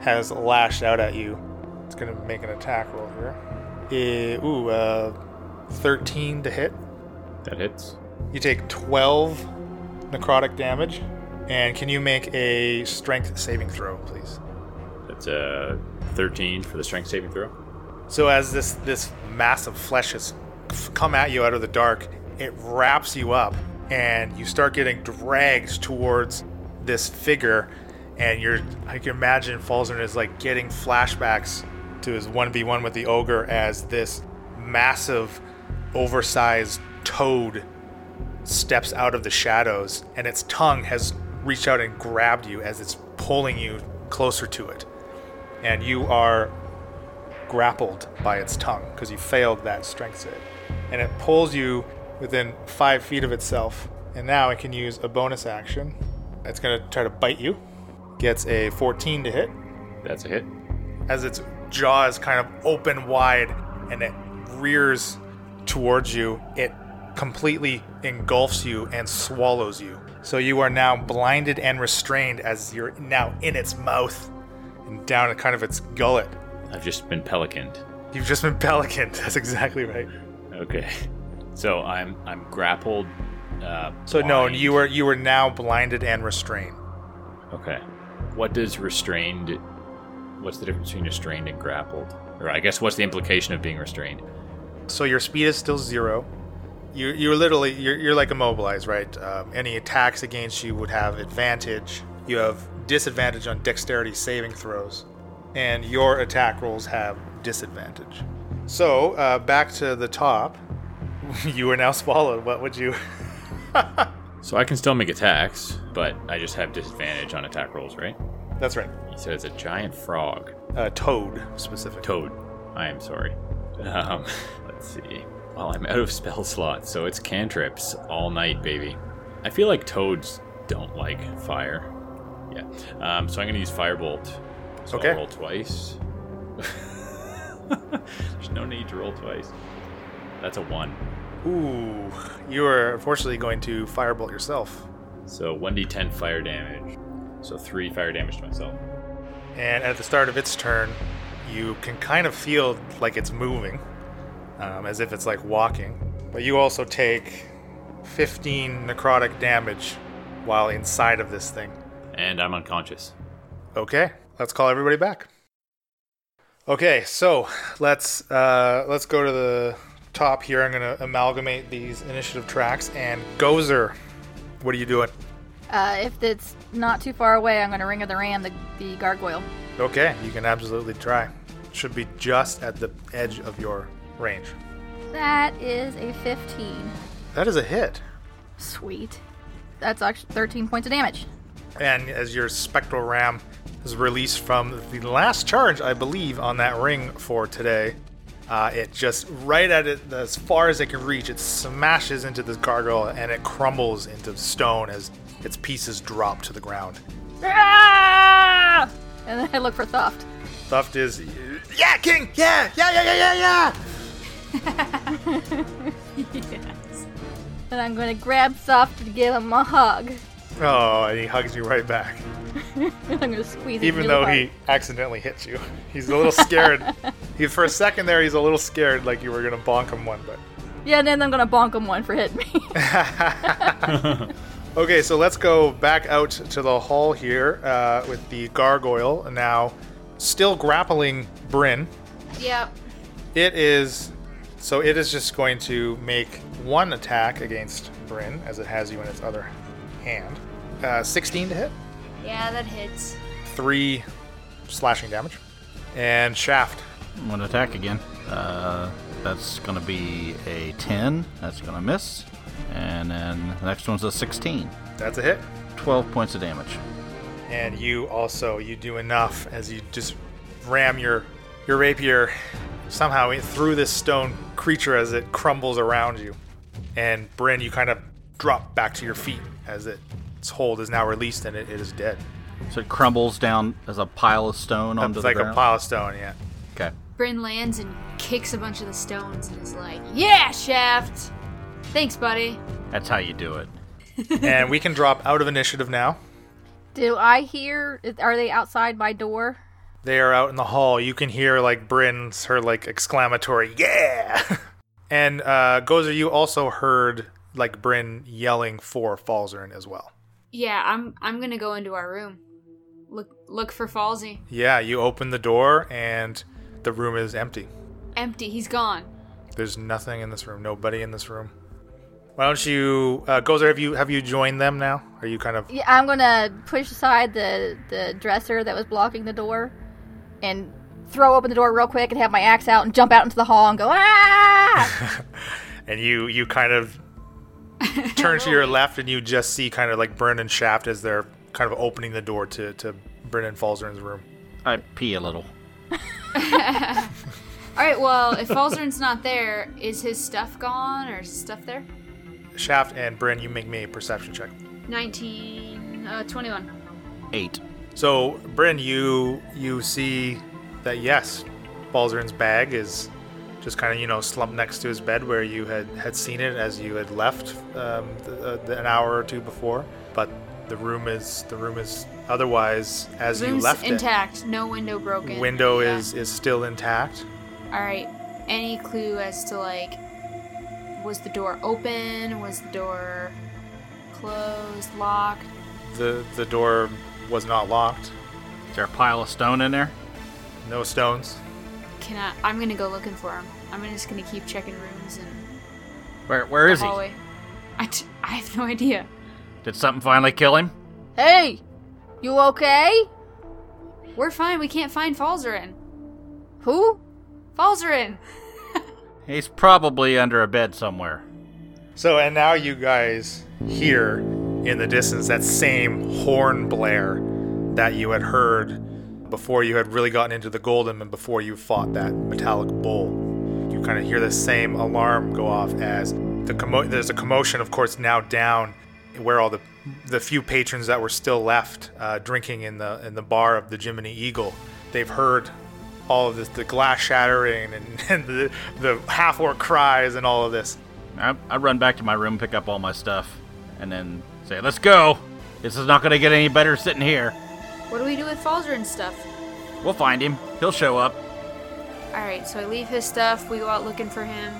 [SPEAKER 2] has lashed out at you, it's going to make an attack roll here. Eh, ooh, uh, 13 to hit.
[SPEAKER 6] That hits.
[SPEAKER 2] You take 12 necrotic damage. And can you make a strength saving throw, please?
[SPEAKER 6] That's a 13 for the strength saving throw.
[SPEAKER 2] So as this this mass of flesh has f- come at you out of the dark, it wraps you up, and you start getting dragged towards this figure, and you're I can imagine Falzern is like getting flashbacks to his one v one with the ogre as this massive, oversized toad steps out of the shadows, and its tongue has reached out and grabbed you as it's pulling you closer to it, and you are grappled by its tongue because you failed that strength save. And it pulls you within five feet of itself. And now it can use a bonus action. It's going to try to bite you. Gets a 14 to hit
[SPEAKER 6] That's a hit.
[SPEAKER 2] as its jaw is kind of open wide and it rears towards you, it completely engulfs you and swallows you. So you are now blinded and restrained as you're now in its mouth and down at kind of its gullet.
[SPEAKER 6] I've just been pelicaned.
[SPEAKER 2] You've just been pelicaned. That's exactly right.
[SPEAKER 6] Okay. So I'm I'm grappled. Uh,
[SPEAKER 2] So no,
[SPEAKER 6] blind.
[SPEAKER 2] you are you are now blinded and restrained.
[SPEAKER 6] Okay. What does restrained? What's the difference between restrained and grappled? Or I guess what's the implication of being restrained?
[SPEAKER 2] So your speed is still zero. You you're literally you're, you're like immobilized, right? Um, any attacks against you would have advantage. You have disadvantage on dexterity saving throws, and your attack rolls have disadvantage. So uh, back to the top. you are now swallowed. What would you?
[SPEAKER 6] So I can still make attacks, but I just have disadvantage on attack rolls, right?
[SPEAKER 2] That's right.
[SPEAKER 6] He says a giant frog.
[SPEAKER 2] Uh, toad specific.
[SPEAKER 6] Toad. I am sorry. Um, let's see. Well, I'm out of spell slots, so it's cantrips all night, baby. I feel like toads don't like fire. Yeah. Um, so I'm going to use Firebolt. So
[SPEAKER 2] Okay.
[SPEAKER 6] I'll roll twice. There's no need to roll twice. That's a one.
[SPEAKER 2] Ooh, you are unfortunately going to firebolt yourself.
[SPEAKER 6] So 1d10 fire damage. So three fire damage to myself.
[SPEAKER 2] And at the start of its turn, you can kind of feel like it's moving, um, as if it's like walking. But you also take 15 necrotic damage while inside of this thing.
[SPEAKER 6] And I'm unconscious.
[SPEAKER 2] Okay, let's call everybody back. Okay, so let's uh, let's go to the top here. I'm gonna amalgamate these initiative tracks. And Gozer, what are you doing?
[SPEAKER 3] Uh, if it's not too far away, I'm going to ring of the ram the, the gargoyle.
[SPEAKER 2] Okay, you can absolutely try. Should be just at the edge of your range.
[SPEAKER 3] That is a 15.
[SPEAKER 2] That is a hit.
[SPEAKER 3] Sweet. That's actually 13 points of damage.
[SPEAKER 2] and as your spectral ram is released from the last charge, I believe, on that ring for today, uh, it just right at it as far as it can reach, it smashes into this gargoyle and it crumbles into stone as its pieces drop to the ground.
[SPEAKER 3] Ah! And then I look for Thoft.
[SPEAKER 2] Thuft is, yeah, king, yeah, yeah, yeah, yeah, yeah, yeah.
[SPEAKER 3] And I'm going to grab Thoft and give him a hug.
[SPEAKER 2] Oh, and he hugs you right back,
[SPEAKER 3] I'm going to squeeze him
[SPEAKER 2] even
[SPEAKER 3] really
[SPEAKER 2] though
[SPEAKER 3] hard.
[SPEAKER 2] he accidentally hit you. He's a little scared. he, for a second there, he's a little scared, like you were gonna bonk him one, but
[SPEAKER 3] Yeah, and then I'm going to bonk him one for hitting me.
[SPEAKER 2] Okay, so let's go back out to the hall here uh, with the gargoyle now still grappling Bryn.
[SPEAKER 4] Yep.
[SPEAKER 2] It is so it is just going to make one attack against Bryn as it has you in its other hand. Uh, 16 to hit,
[SPEAKER 4] Yeah, that hits.
[SPEAKER 2] three slashing damage, and shaft.
[SPEAKER 5] I'm going to attack again. Uh, that's going to be a 10. That's going to miss. And then the next one's a 16.
[SPEAKER 2] That's a hit,
[SPEAKER 5] 12 points of damage.
[SPEAKER 2] and you also you do enough as you just ram your your rapier somehow through this stone creature as it crumbles around you. And Bryn, you kind of drop back to your feet as it, its hold is now released and it, it is dead.
[SPEAKER 5] So it crumbles down as a pile of stone onto
[SPEAKER 2] It's
[SPEAKER 5] the
[SPEAKER 2] like a
[SPEAKER 5] ground.
[SPEAKER 2] pile of stone, yeah.
[SPEAKER 5] Okay.
[SPEAKER 4] Bryn lands and kicks a bunch of the stones and is like, Yeah, Shaft! Thanks, buddy.
[SPEAKER 5] That's how you do it.
[SPEAKER 2] and we can drop out of initiative now.
[SPEAKER 3] Do I hear? Are they outside my door?
[SPEAKER 2] They are out in the hall. You can hear like Bryn's her like exclamatory "Yeah," and uh, Gozer, you also heard like Bryn yelling for Falzern as well.
[SPEAKER 4] Yeah, I'm I'm gonna go into our room. Look look for Falsey.
[SPEAKER 2] Yeah, you open the door and the room is empty.
[SPEAKER 4] Empty, he's gone.
[SPEAKER 2] There's nothing in this room. Nobody in this room. Why don't you, uh, Gozer? Have you have you joined them now? Are you kind of
[SPEAKER 3] Yeah, I'm gonna push aside the the dresser that was blocking the door, and throw open the door real quick and have my axe out and jump out into the hall and go ah!
[SPEAKER 2] and you you kind of turn to your left and you just see kind of like Bryn and Shaft as they're kind of opening the door to to Bryn and Falzern's room.
[SPEAKER 5] I pee a little.
[SPEAKER 4] All right. Well, if Falzern's not there, is his stuff gone or is his stuff there?
[SPEAKER 2] Shaft and Bryn, you make me a perception check.
[SPEAKER 4] 19, uh, 21.
[SPEAKER 5] Eight.
[SPEAKER 2] So, Bryn, you you see that yes, Balzerin's bag is just kind of you know slumped next to his bed where you had had seen it as you had left um, the, uh, the, an hour or two before. But the room is the room is otherwise as you
[SPEAKER 4] Room's
[SPEAKER 2] left
[SPEAKER 4] intact. No window
[SPEAKER 2] it.
[SPEAKER 4] broken.
[SPEAKER 2] Window
[SPEAKER 4] Yeah.
[SPEAKER 2] is is still intact.
[SPEAKER 4] All right. Any clue as to like, was the door open? Was the door closed? Locked?
[SPEAKER 2] The the door was not locked.
[SPEAKER 5] Is there a pile of stone in there?
[SPEAKER 2] No stones.
[SPEAKER 4] Can I? I'm gonna go looking for him. I'm just gonna keep checking rooms and
[SPEAKER 5] Where Where
[SPEAKER 4] the
[SPEAKER 5] is he?
[SPEAKER 4] hallway. I, t- I have no idea.
[SPEAKER 5] Did something finally kill him?
[SPEAKER 3] Hey, you okay?
[SPEAKER 4] We're fine. We can't find Falzarin.
[SPEAKER 3] Who?
[SPEAKER 4] Falzarin.
[SPEAKER 5] He's probably under a bed somewhere.
[SPEAKER 2] So, and now you guys hear in the distance that same horn blare that you had heard before you had really gotten into the golden and before you fought that metallic bull. You kind of hear the same alarm go off as the commo- there's a commotion, of course, now down where all the the few patrons that were still left uh, drinking in the in the bar of the Jiminy Eagle. They've heard all of this, the glass shattering and, and the, the half orc cries and all of this.
[SPEAKER 5] I, I run back to my room, pick up all my stuff, and then say, "Let's go. This is not going to get any better sitting here.
[SPEAKER 4] What do we do with Falzarin's stuff?
[SPEAKER 5] We'll find him. He'll show up."
[SPEAKER 4] All right. So I leave his stuff. We go out looking for him.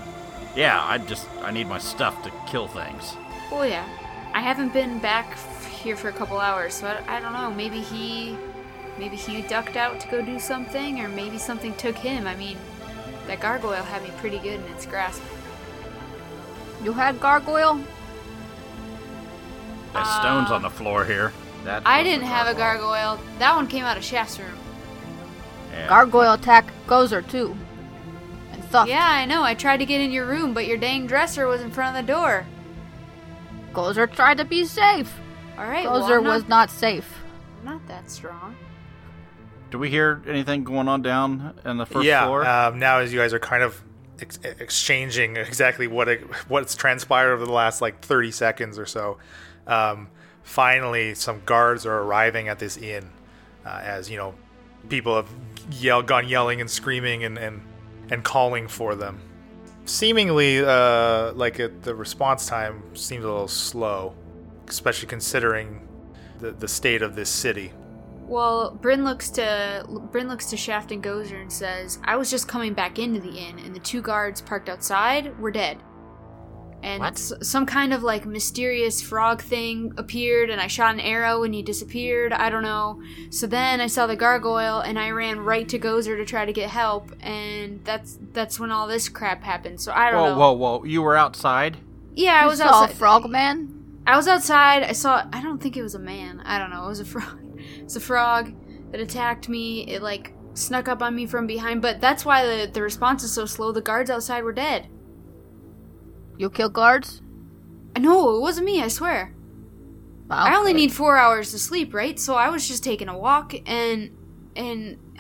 [SPEAKER 5] Yeah, I just I need my stuff to kill things.
[SPEAKER 4] Oh yeah. I haven't been back f- here for a couple hours, so I, I don't know. Maybe he, maybe he ducked out to go do something, or maybe something took him. I mean, that gargoyle had me pretty good in its grasp.
[SPEAKER 3] You had gargoyle?
[SPEAKER 5] There's stones on the floor here. That
[SPEAKER 4] Uh, I
[SPEAKER 5] was
[SPEAKER 4] didn't have a gargoyle. That one came out of Shaft's room.
[SPEAKER 5] Yeah.
[SPEAKER 3] Gargoyle attack Gozer too. And Thuft.
[SPEAKER 4] Yeah, I know. I tried to get in your room, but your dang dresser was in front of the door.
[SPEAKER 3] Gozer tried to be safe.
[SPEAKER 4] All right, well,
[SPEAKER 3] Gozer
[SPEAKER 4] I'm not,
[SPEAKER 3] was not safe.
[SPEAKER 4] I'm not that strong.
[SPEAKER 5] Do we hear anything going on down in the first
[SPEAKER 2] yeah,
[SPEAKER 5] floor?
[SPEAKER 2] Um, now as you guys are kind of ex- exchanging exactly what it, what's transpired over the last like 30 seconds or so, um, finally some guards are arriving at this inn. Uh, as you know, people have yell, gone yelling and screaming and and, and calling for them. Seemingly, uh, like it, the response time seems a little slow, especially considering the, the state of this city.
[SPEAKER 4] Well, Bryn looks to Bryn looks to Shaft and Gozer and says, "I was just coming back into the inn, and the two guards parked outside were dead. And
[SPEAKER 5] What?
[SPEAKER 4] s- some kind of like mysterious frog thing appeared, and I shot an arrow, and he disappeared. I don't know. So then I saw the gargoyle, and I ran right to Gozer to try to get help, and that's that's when all this crap happened. So I don't
[SPEAKER 5] whoa,
[SPEAKER 4] know.
[SPEAKER 5] whoa, whoa! You were outside.
[SPEAKER 4] Yeah, I
[SPEAKER 3] you
[SPEAKER 4] was
[SPEAKER 3] saw
[SPEAKER 4] outside.
[SPEAKER 3] Frogman?
[SPEAKER 4] I was outside. I saw. I don't think it was a man. I don't know. It was a frog. It's a frog that attacked me. It like snuck up on me from behind. But that's why the the response is so slow. The guards outside were dead.
[SPEAKER 3] You kill guards?
[SPEAKER 4] Uh, No, it wasn't me. I swear.
[SPEAKER 3] Wow.
[SPEAKER 4] I only need four hours to sleep, right? So I was just taking a walk and and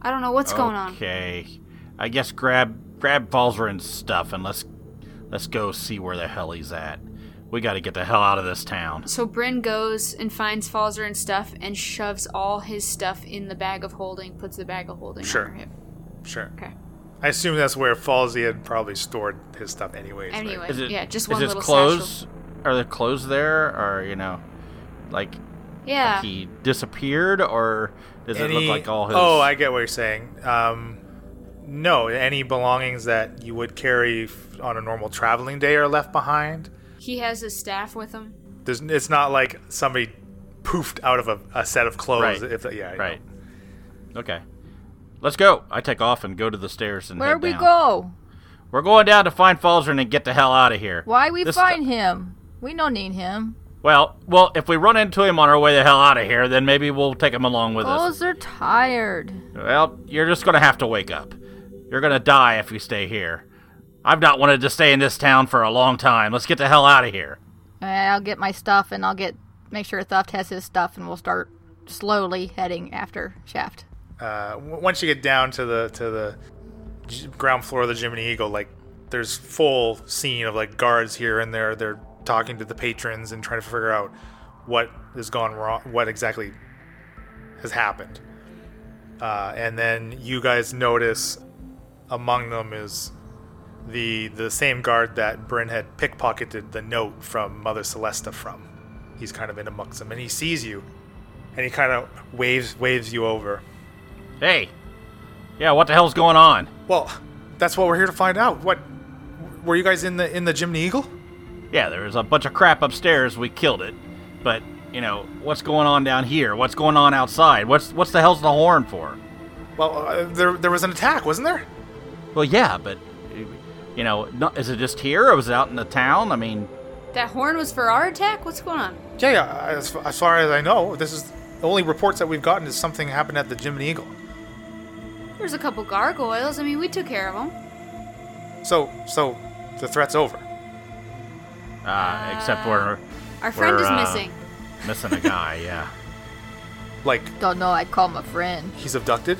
[SPEAKER 4] I don't know what's going on.
[SPEAKER 5] Okay, I guess grab grab Valzerin's stuff and let's let's go see where the hell he's at. We got to get the hell out of this town.
[SPEAKER 4] So Bryn goes and finds Falzer and stuff and shoves all his stuff in the bag of holding. Puts the bag of holding
[SPEAKER 2] Sure.
[SPEAKER 4] on her hip.
[SPEAKER 2] Sure.
[SPEAKER 4] Okay.
[SPEAKER 2] I assume that's where Falsey had probably stored his stuff, anyways. right?
[SPEAKER 4] Anyway,
[SPEAKER 5] Is it
[SPEAKER 4] yeah, just
[SPEAKER 5] is
[SPEAKER 4] one
[SPEAKER 5] his
[SPEAKER 4] little satchel.
[SPEAKER 5] clothes? Are the clothes there, or you know, like
[SPEAKER 4] Yeah.
[SPEAKER 5] he disappeared, or does it
[SPEAKER 2] Any-
[SPEAKER 5] look like all his?
[SPEAKER 2] Oh, I get what you're saying. Um, no, any belongings that you would carry f- on a normal traveling day are left behind.
[SPEAKER 4] He has his staff with him.
[SPEAKER 2] There's, it's not like somebody poofed out of a, a set of clothes.
[SPEAKER 5] Right.
[SPEAKER 2] If yeah, I know.
[SPEAKER 5] right. Okay, let's go. I take off and go to the stairs and
[SPEAKER 3] Where
[SPEAKER 5] head
[SPEAKER 3] we
[SPEAKER 5] down.
[SPEAKER 3] go?
[SPEAKER 5] We're going down to find Falzern and get the hell out of here.
[SPEAKER 3] Why we
[SPEAKER 5] This-
[SPEAKER 3] find him? We don't need him.
[SPEAKER 5] Well, well, if we run into him on our way the hell out of here, then maybe we'll take him along with us.
[SPEAKER 3] Gozer tired.
[SPEAKER 5] Well, you're just gonna have to wake up. You're gonna die if you stay here. I've not wanted to stay in this town for a long time. Let's get the hell out of here.
[SPEAKER 3] Eh, I'll get my stuff and I'll get make sure Thuft has his stuff and we'll start slowly heading after Shaft.
[SPEAKER 2] Uh, w- once you get down to the to the g- ground floor of the Jiminy Eagle, like there's full scene of like guards here and there. They're talking to the patrons and trying to figure out what has gone wrong, what exactly has happened. Uh, and then you guys notice among them is the the same guard that Bryn had pickpocketed the note from Mother Celesta from. He's kind of in amongst them, and he sees you, and he kind of waves waves you over.
[SPEAKER 5] Hey. Yeah, what the hell's going on?
[SPEAKER 2] Well, that's what we're here to find out. What were you guys in the in the Jimmy Eagle?
[SPEAKER 5] Yeah, there was a bunch of crap upstairs. We killed it. But, you know, what's going on down here? What's going on outside? What's what's the hell's the horn for?
[SPEAKER 2] Well, uh, there there was an attack, wasn't there?
[SPEAKER 5] Well, yeah, but you know, not, is it just here or was it out in the town? I mean,
[SPEAKER 4] That horn was for our attack? What's going on?
[SPEAKER 2] Yeah, yeah. As, as far as I know, this is the only reports that we've gotten is something happened at the Jimmy Eagle.
[SPEAKER 4] There's a couple gargoyles. I mean, we took care of them.
[SPEAKER 2] So so the threat's over.
[SPEAKER 5] uh, except we're
[SPEAKER 4] Our friend
[SPEAKER 5] We're,
[SPEAKER 4] is
[SPEAKER 5] uh,
[SPEAKER 4] missing.
[SPEAKER 5] missing a guy, yeah.
[SPEAKER 2] Like
[SPEAKER 3] Don't know. I call my friend.
[SPEAKER 2] he's abducted.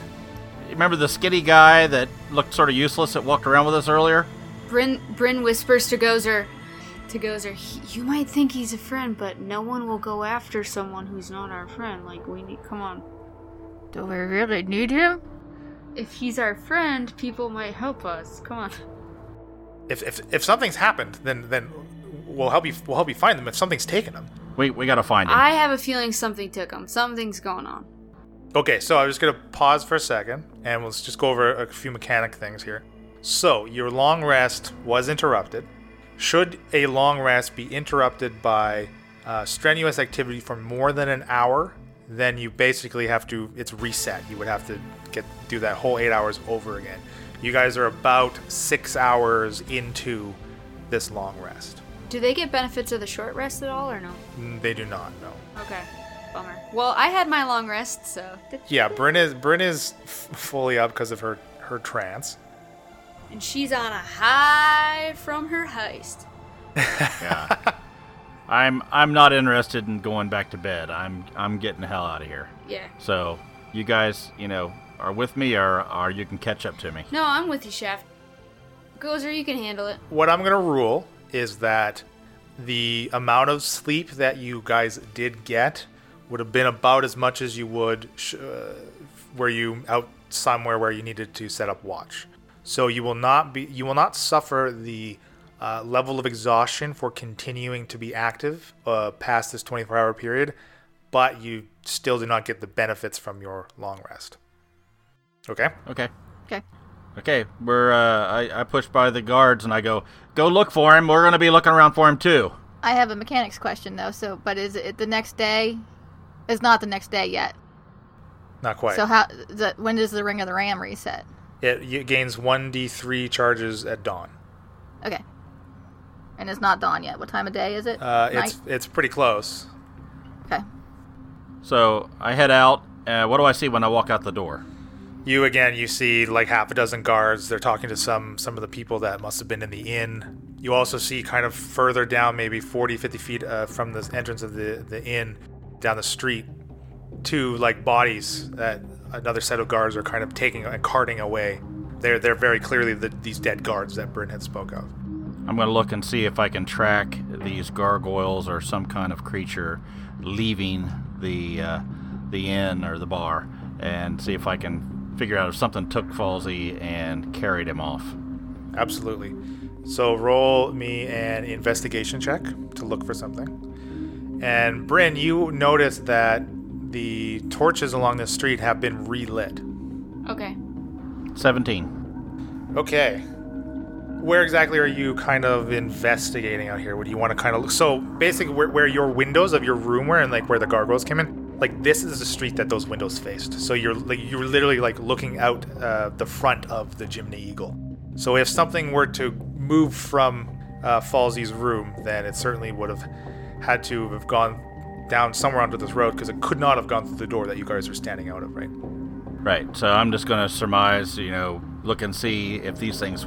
[SPEAKER 5] Remember the skinny guy that looked sort of useless that walked around with us earlier?
[SPEAKER 4] Bryn, Bryn whispers to Gozer, to Gozer, "He- you might think he's a friend, but no one will go after someone who's not our friend. Like, we need, come on.
[SPEAKER 3] Do we really need him?
[SPEAKER 4] If he's our friend, people might help us. Come on.
[SPEAKER 2] If if if something's happened, then then we'll help you we'll help you find them. If something's taken them.
[SPEAKER 5] We we gotta find him.
[SPEAKER 4] I have a feeling something took him. Something's going on.
[SPEAKER 2] Okay, so I'm just gonna pause for a second and let's just go over a few mechanic things here. So your long rest was interrupted. Should a long rest be interrupted by uh, strenuous activity for more than an hour, then you basically have to. It's reset. You would have to get do that whole eight hours over again. You guys are about six hours into this long rest.
[SPEAKER 4] Do they get benefits of the short rest at all, or no?
[SPEAKER 2] Mm, They do not know.
[SPEAKER 4] Okay. Bummer. Well, I had my long rest, so.
[SPEAKER 2] Yeah, Bryn is Bryn is f- fully up because of her her trance.
[SPEAKER 4] And she's on a high from her heist.
[SPEAKER 5] yeah. I'm I'm not interested in going back to bed. I'm I'm getting the hell out of here.
[SPEAKER 4] Yeah.
[SPEAKER 5] So you guys, you know, are with me or or you can catch up to me.
[SPEAKER 4] No, I'm with you, Shaft. Gozer, you can handle it.
[SPEAKER 2] what I'm going to rule is that the amount of sleep that you guys did get would have been about as much as you would sh- uh, were you out somewhere where you needed to set up watch. So you will not be you will not suffer the uh, level of exhaustion for continuing to be active uh, past this 24 hour period, but you still do not get the benefits from your long rest. Okay.
[SPEAKER 5] Okay.
[SPEAKER 3] Okay.
[SPEAKER 5] Okay. We're uh I, I push by the guards and I go, Go look for him. We're gonna be looking around for him too.
[SPEAKER 3] I have a mechanics question though. So, but is it the next day? It's not the next day yet.
[SPEAKER 2] Not quite.
[SPEAKER 3] So how? The, when does the Ring of the Ram reset?
[SPEAKER 2] it, it gains 1d3 charges at dawn.
[SPEAKER 3] Okay. And it's not dawn yet. What time of day is it?
[SPEAKER 2] Uh, it's
[SPEAKER 3] Night?
[SPEAKER 2] it's pretty close.
[SPEAKER 3] okay.
[SPEAKER 5] So I head out. Uh, what do I see when I walk out the door?
[SPEAKER 2] You again, you see like half a dozen guards. They're talking to some some of the people that must have been in the inn. You also see kind of further down, maybe 40, 50 feet uh, from the entrance of the the inn, down the street, two like bodies that another set of guards are kind of taking and carting away. They're they're very clearly the, these dead guards that Bryn had spoke of.
[SPEAKER 5] I'm gonna look and see if I can track these gargoyles or some kind of creature leaving the uh, the inn or the bar, and see if I can figure out if something took Falsey and carried him off.
[SPEAKER 2] Absolutely. So roll me an investigation check to look for something. And Bryn, you notice that the torches along the street have been relit.
[SPEAKER 4] Okay.
[SPEAKER 5] Seventeen.
[SPEAKER 2] Okay. Where exactly are you kind of investigating out here? Would you want to kind of look? So basically, where, where your windows of your room were and like where the gargoyles came in, like this is the street that those windows faced. So you're like you're literally like looking out uh, the front of the Jimny Eagle. So if something were to move from uh, Falsey's room, then it certainly would have had to have gone down somewhere onto this road because it could not have gone through the door that you guys are standing out of, right?
[SPEAKER 5] Right. So I'm just gonna surmise, you know, look and see if these things.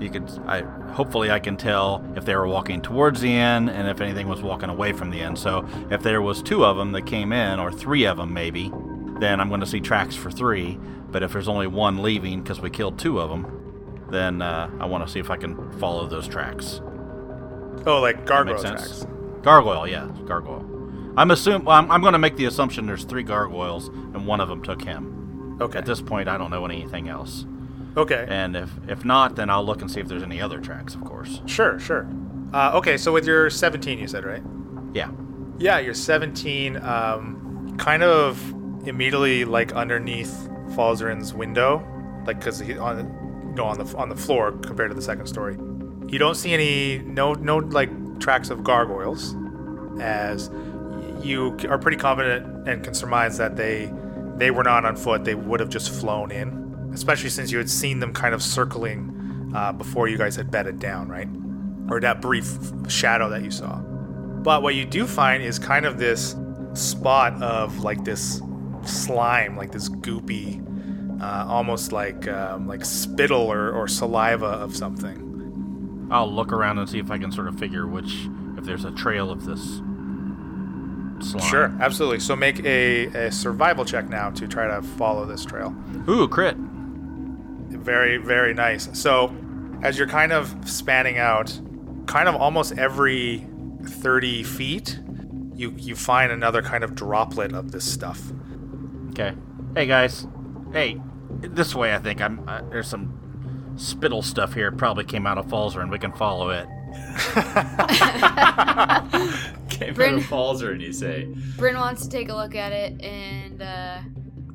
[SPEAKER 5] You could. I hopefully I can tell if they were walking towards the inn and if anything was walking away from the inn. So if there was two of them that came in or three of them maybe, then I'm gonna see tracks for three. But if there's only one leaving because we killed two of them, then uh, I want to see if I can follow those tracks.
[SPEAKER 2] Oh, like
[SPEAKER 5] That
[SPEAKER 2] gargoyle
[SPEAKER 5] makes sense.
[SPEAKER 2] tracks.
[SPEAKER 5] Gargoyle, yeah, gargoyle. I'm assume well, I'm, I'm going to make the assumption there's three gargoyles and one of them took him.
[SPEAKER 2] Okay.
[SPEAKER 5] At this point, I don't know anything else.
[SPEAKER 2] Okay.
[SPEAKER 5] And if if not, then I'll look and see if there's any other tracks, of course.
[SPEAKER 2] Sure, sure. Uh, okay, so with your 17, you said, right?
[SPEAKER 5] Yeah.
[SPEAKER 2] Yeah, your 17, um, kind of immediately like underneath Falzarin's window, like because he on, you know, on the on the floor compared to the second story. You don't see any no no like tracks of gargoyles, as you are pretty confident and can surmise that they they were not on foot. They would have just flown in, especially since you had seen them kind of circling uh, before you guys had bedded down, right? Or that brief shadow that you saw. But what you do find is kind of this spot of like this slime, like this goopy, uh, almost like um, like spittle or, or saliva of something.
[SPEAKER 5] I'll look around and see if I can sort of figure which if there's a trail of this slime.
[SPEAKER 2] Sure, absolutely. So make a, a survival check now to try to follow this trail.
[SPEAKER 5] Ooh, crit.
[SPEAKER 2] Very, very nice. So, as you're kind of spanning out, kind of almost every 30 feet, you, you find another kind of droplet of this stuff.
[SPEAKER 5] Okay. Hey guys. Hey, this way I think I'm. Uh, there's some spittle stuff here. It probably came out of Falzer, and we can follow it.
[SPEAKER 6] Came
[SPEAKER 4] Bryn-
[SPEAKER 6] from falls or and you say,
[SPEAKER 4] Bryn wants to take a look at it, and uh,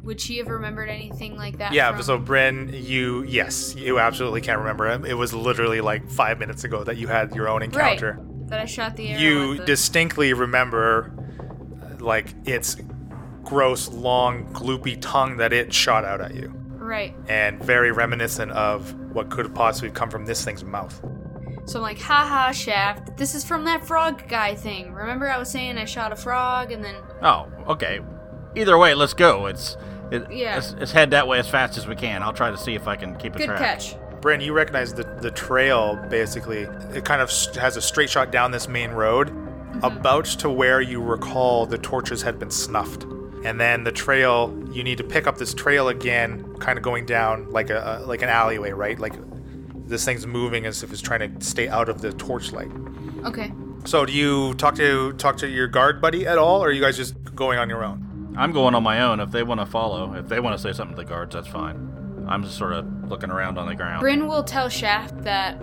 [SPEAKER 4] would she have remembered anything like that?
[SPEAKER 2] Yeah,
[SPEAKER 4] from-
[SPEAKER 2] so Bryn, you yes, you absolutely can't remember him. It was literally like five minutes ago that you had your own
[SPEAKER 4] right
[SPEAKER 2] encounter.
[SPEAKER 4] that I shot the arrow.
[SPEAKER 2] You
[SPEAKER 4] at the-
[SPEAKER 2] distinctly remember uh, like its gross, long, gloopy tongue that it shot out at you.
[SPEAKER 4] right.
[SPEAKER 2] And very reminiscent of what could have possibly come from this thing's mouth.
[SPEAKER 4] So I'm like, haha, Shaft. This is from that frog guy thing. Remember, I was saying I shot a frog, and then
[SPEAKER 5] Oh, okay. Either way, let's go. It's it,
[SPEAKER 4] Yeah.
[SPEAKER 5] Let's, let's head that way as fast as we can. I'll try to see if I can keep a
[SPEAKER 4] good
[SPEAKER 5] track.
[SPEAKER 4] catch.
[SPEAKER 2] Bryn, you recogniz the, the trail basically. It kind of s- has a straight shot down this main road, about to where you recall the torches had been snuffed. And then the trail, you need to pick up this trail again, kind of going down like a, a like an alleyway, right? Like this thing's moving as if it's trying to stay out of the torchlight.
[SPEAKER 4] Okay.
[SPEAKER 2] So, do you talk to talk to your guard buddy at all, or are you guys just going on your own?
[SPEAKER 5] I'm going on my own. If they want to follow, if they want to say something to the guards, that's fine. I'm just sort of looking around on the ground.
[SPEAKER 4] Bryn will tell Shaft that,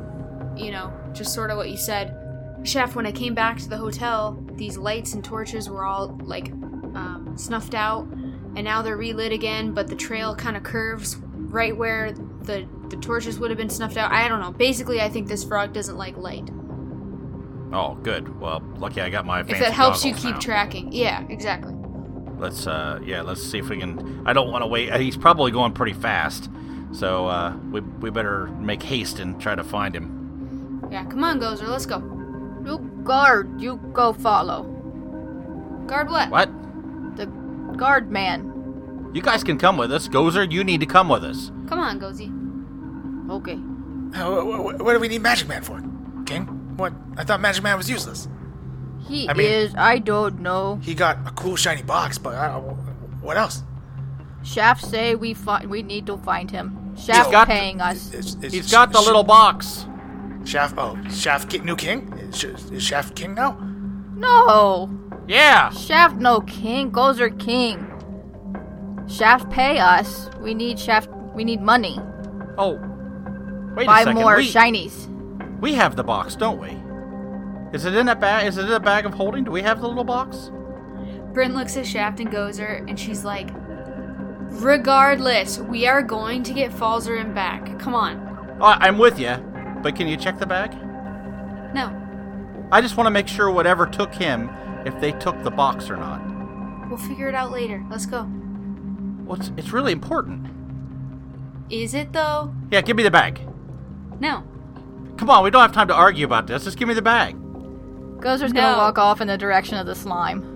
[SPEAKER 4] you know, just sort of what you said. Shaft, when I came back to the hotel, these lights and torches were all, like, um, snuffed out, and now they're relit again, but the trail kind of curves right where the, the torches would have been snuffed out. I don't know. Basically, I think this frog doesn't like light.
[SPEAKER 5] oh, good. Well, lucky I got my. Fancy
[SPEAKER 4] if that helps you
[SPEAKER 5] goggles
[SPEAKER 4] keep
[SPEAKER 5] now.
[SPEAKER 4] tracking. Yeah, exactly.
[SPEAKER 5] Let's uh yeah, let's see if we can I don't want to wait. Uh, He's probably going pretty fast. So uh we we better make haste and try to find him.
[SPEAKER 4] Yeah, come on, Gozer, let's go.
[SPEAKER 3] You guard, you go follow.
[SPEAKER 4] Guard what?
[SPEAKER 5] What?
[SPEAKER 3] The guard man.
[SPEAKER 5] You guys can come with us. Gozer, you need to come with us.
[SPEAKER 4] Come on, Gozy.
[SPEAKER 3] Okay.
[SPEAKER 2] What, Uh, what do we need Magic Man for, King? What? I thought Magic Man was useless.
[SPEAKER 3] He
[SPEAKER 2] I mean-
[SPEAKER 3] is, I don't know.
[SPEAKER 2] He got a cool shiny box, but I, what else?
[SPEAKER 3] Shaft say we find we need to find him. Shaft
[SPEAKER 5] got to-
[SPEAKER 3] paying us.
[SPEAKER 2] It's, it's
[SPEAKER 5] He's got the little box.
[SPEAKER 2] Shaft. Oh, Shaft, ki- new king. Is, Sh- is Shaft king now?
[SPEAKER 3] No.
[SPEAKER 5] Yeah.
[SPEAKER 3] Shaft no king. Gozer king. Shaft pay us. We need Shaft we need money.
[SPEAKER 5] Oh. Wait a
[SPEAKER 3] Buy
[SPEAKER 5] second.
[SPEAKER 3] more
[SPEAKER 5] we,
[SPEAKER 3] shinies.
[SPEAKER 5] we have the box, don't we? Is it in a bag? Is it in a bag of holding? Do we have the little box?
[SPEAKER 4] Bryn looks at Shaft and Gozer, and she's like, Regardless, we are going to get Falzarin back. Come on.
[SPEAKER 5] Uh, I'm with you, but can you check the bag?
[SPEAKER 4] No,
[SPEAKER 5] I just want to make sure whatever took him, if they took the box or not.
[SPEAKER 4] we'll figure it out later. Let's go.
[SPEAKER 5] Well, it's, it's really important.
[SPEAKER 4] Is it though?
[SPEAKER 5] Yeah, give me the bag.
[SPEAKER 4] No.
[SPEAKER 5] Come on, we don't have time to argue about this. Just give me the bag.
[SPEAKER 3] Gozer's
[SPEAKER 4] No.
[SPEAKER 3] gonna walk off in the direction of the slime.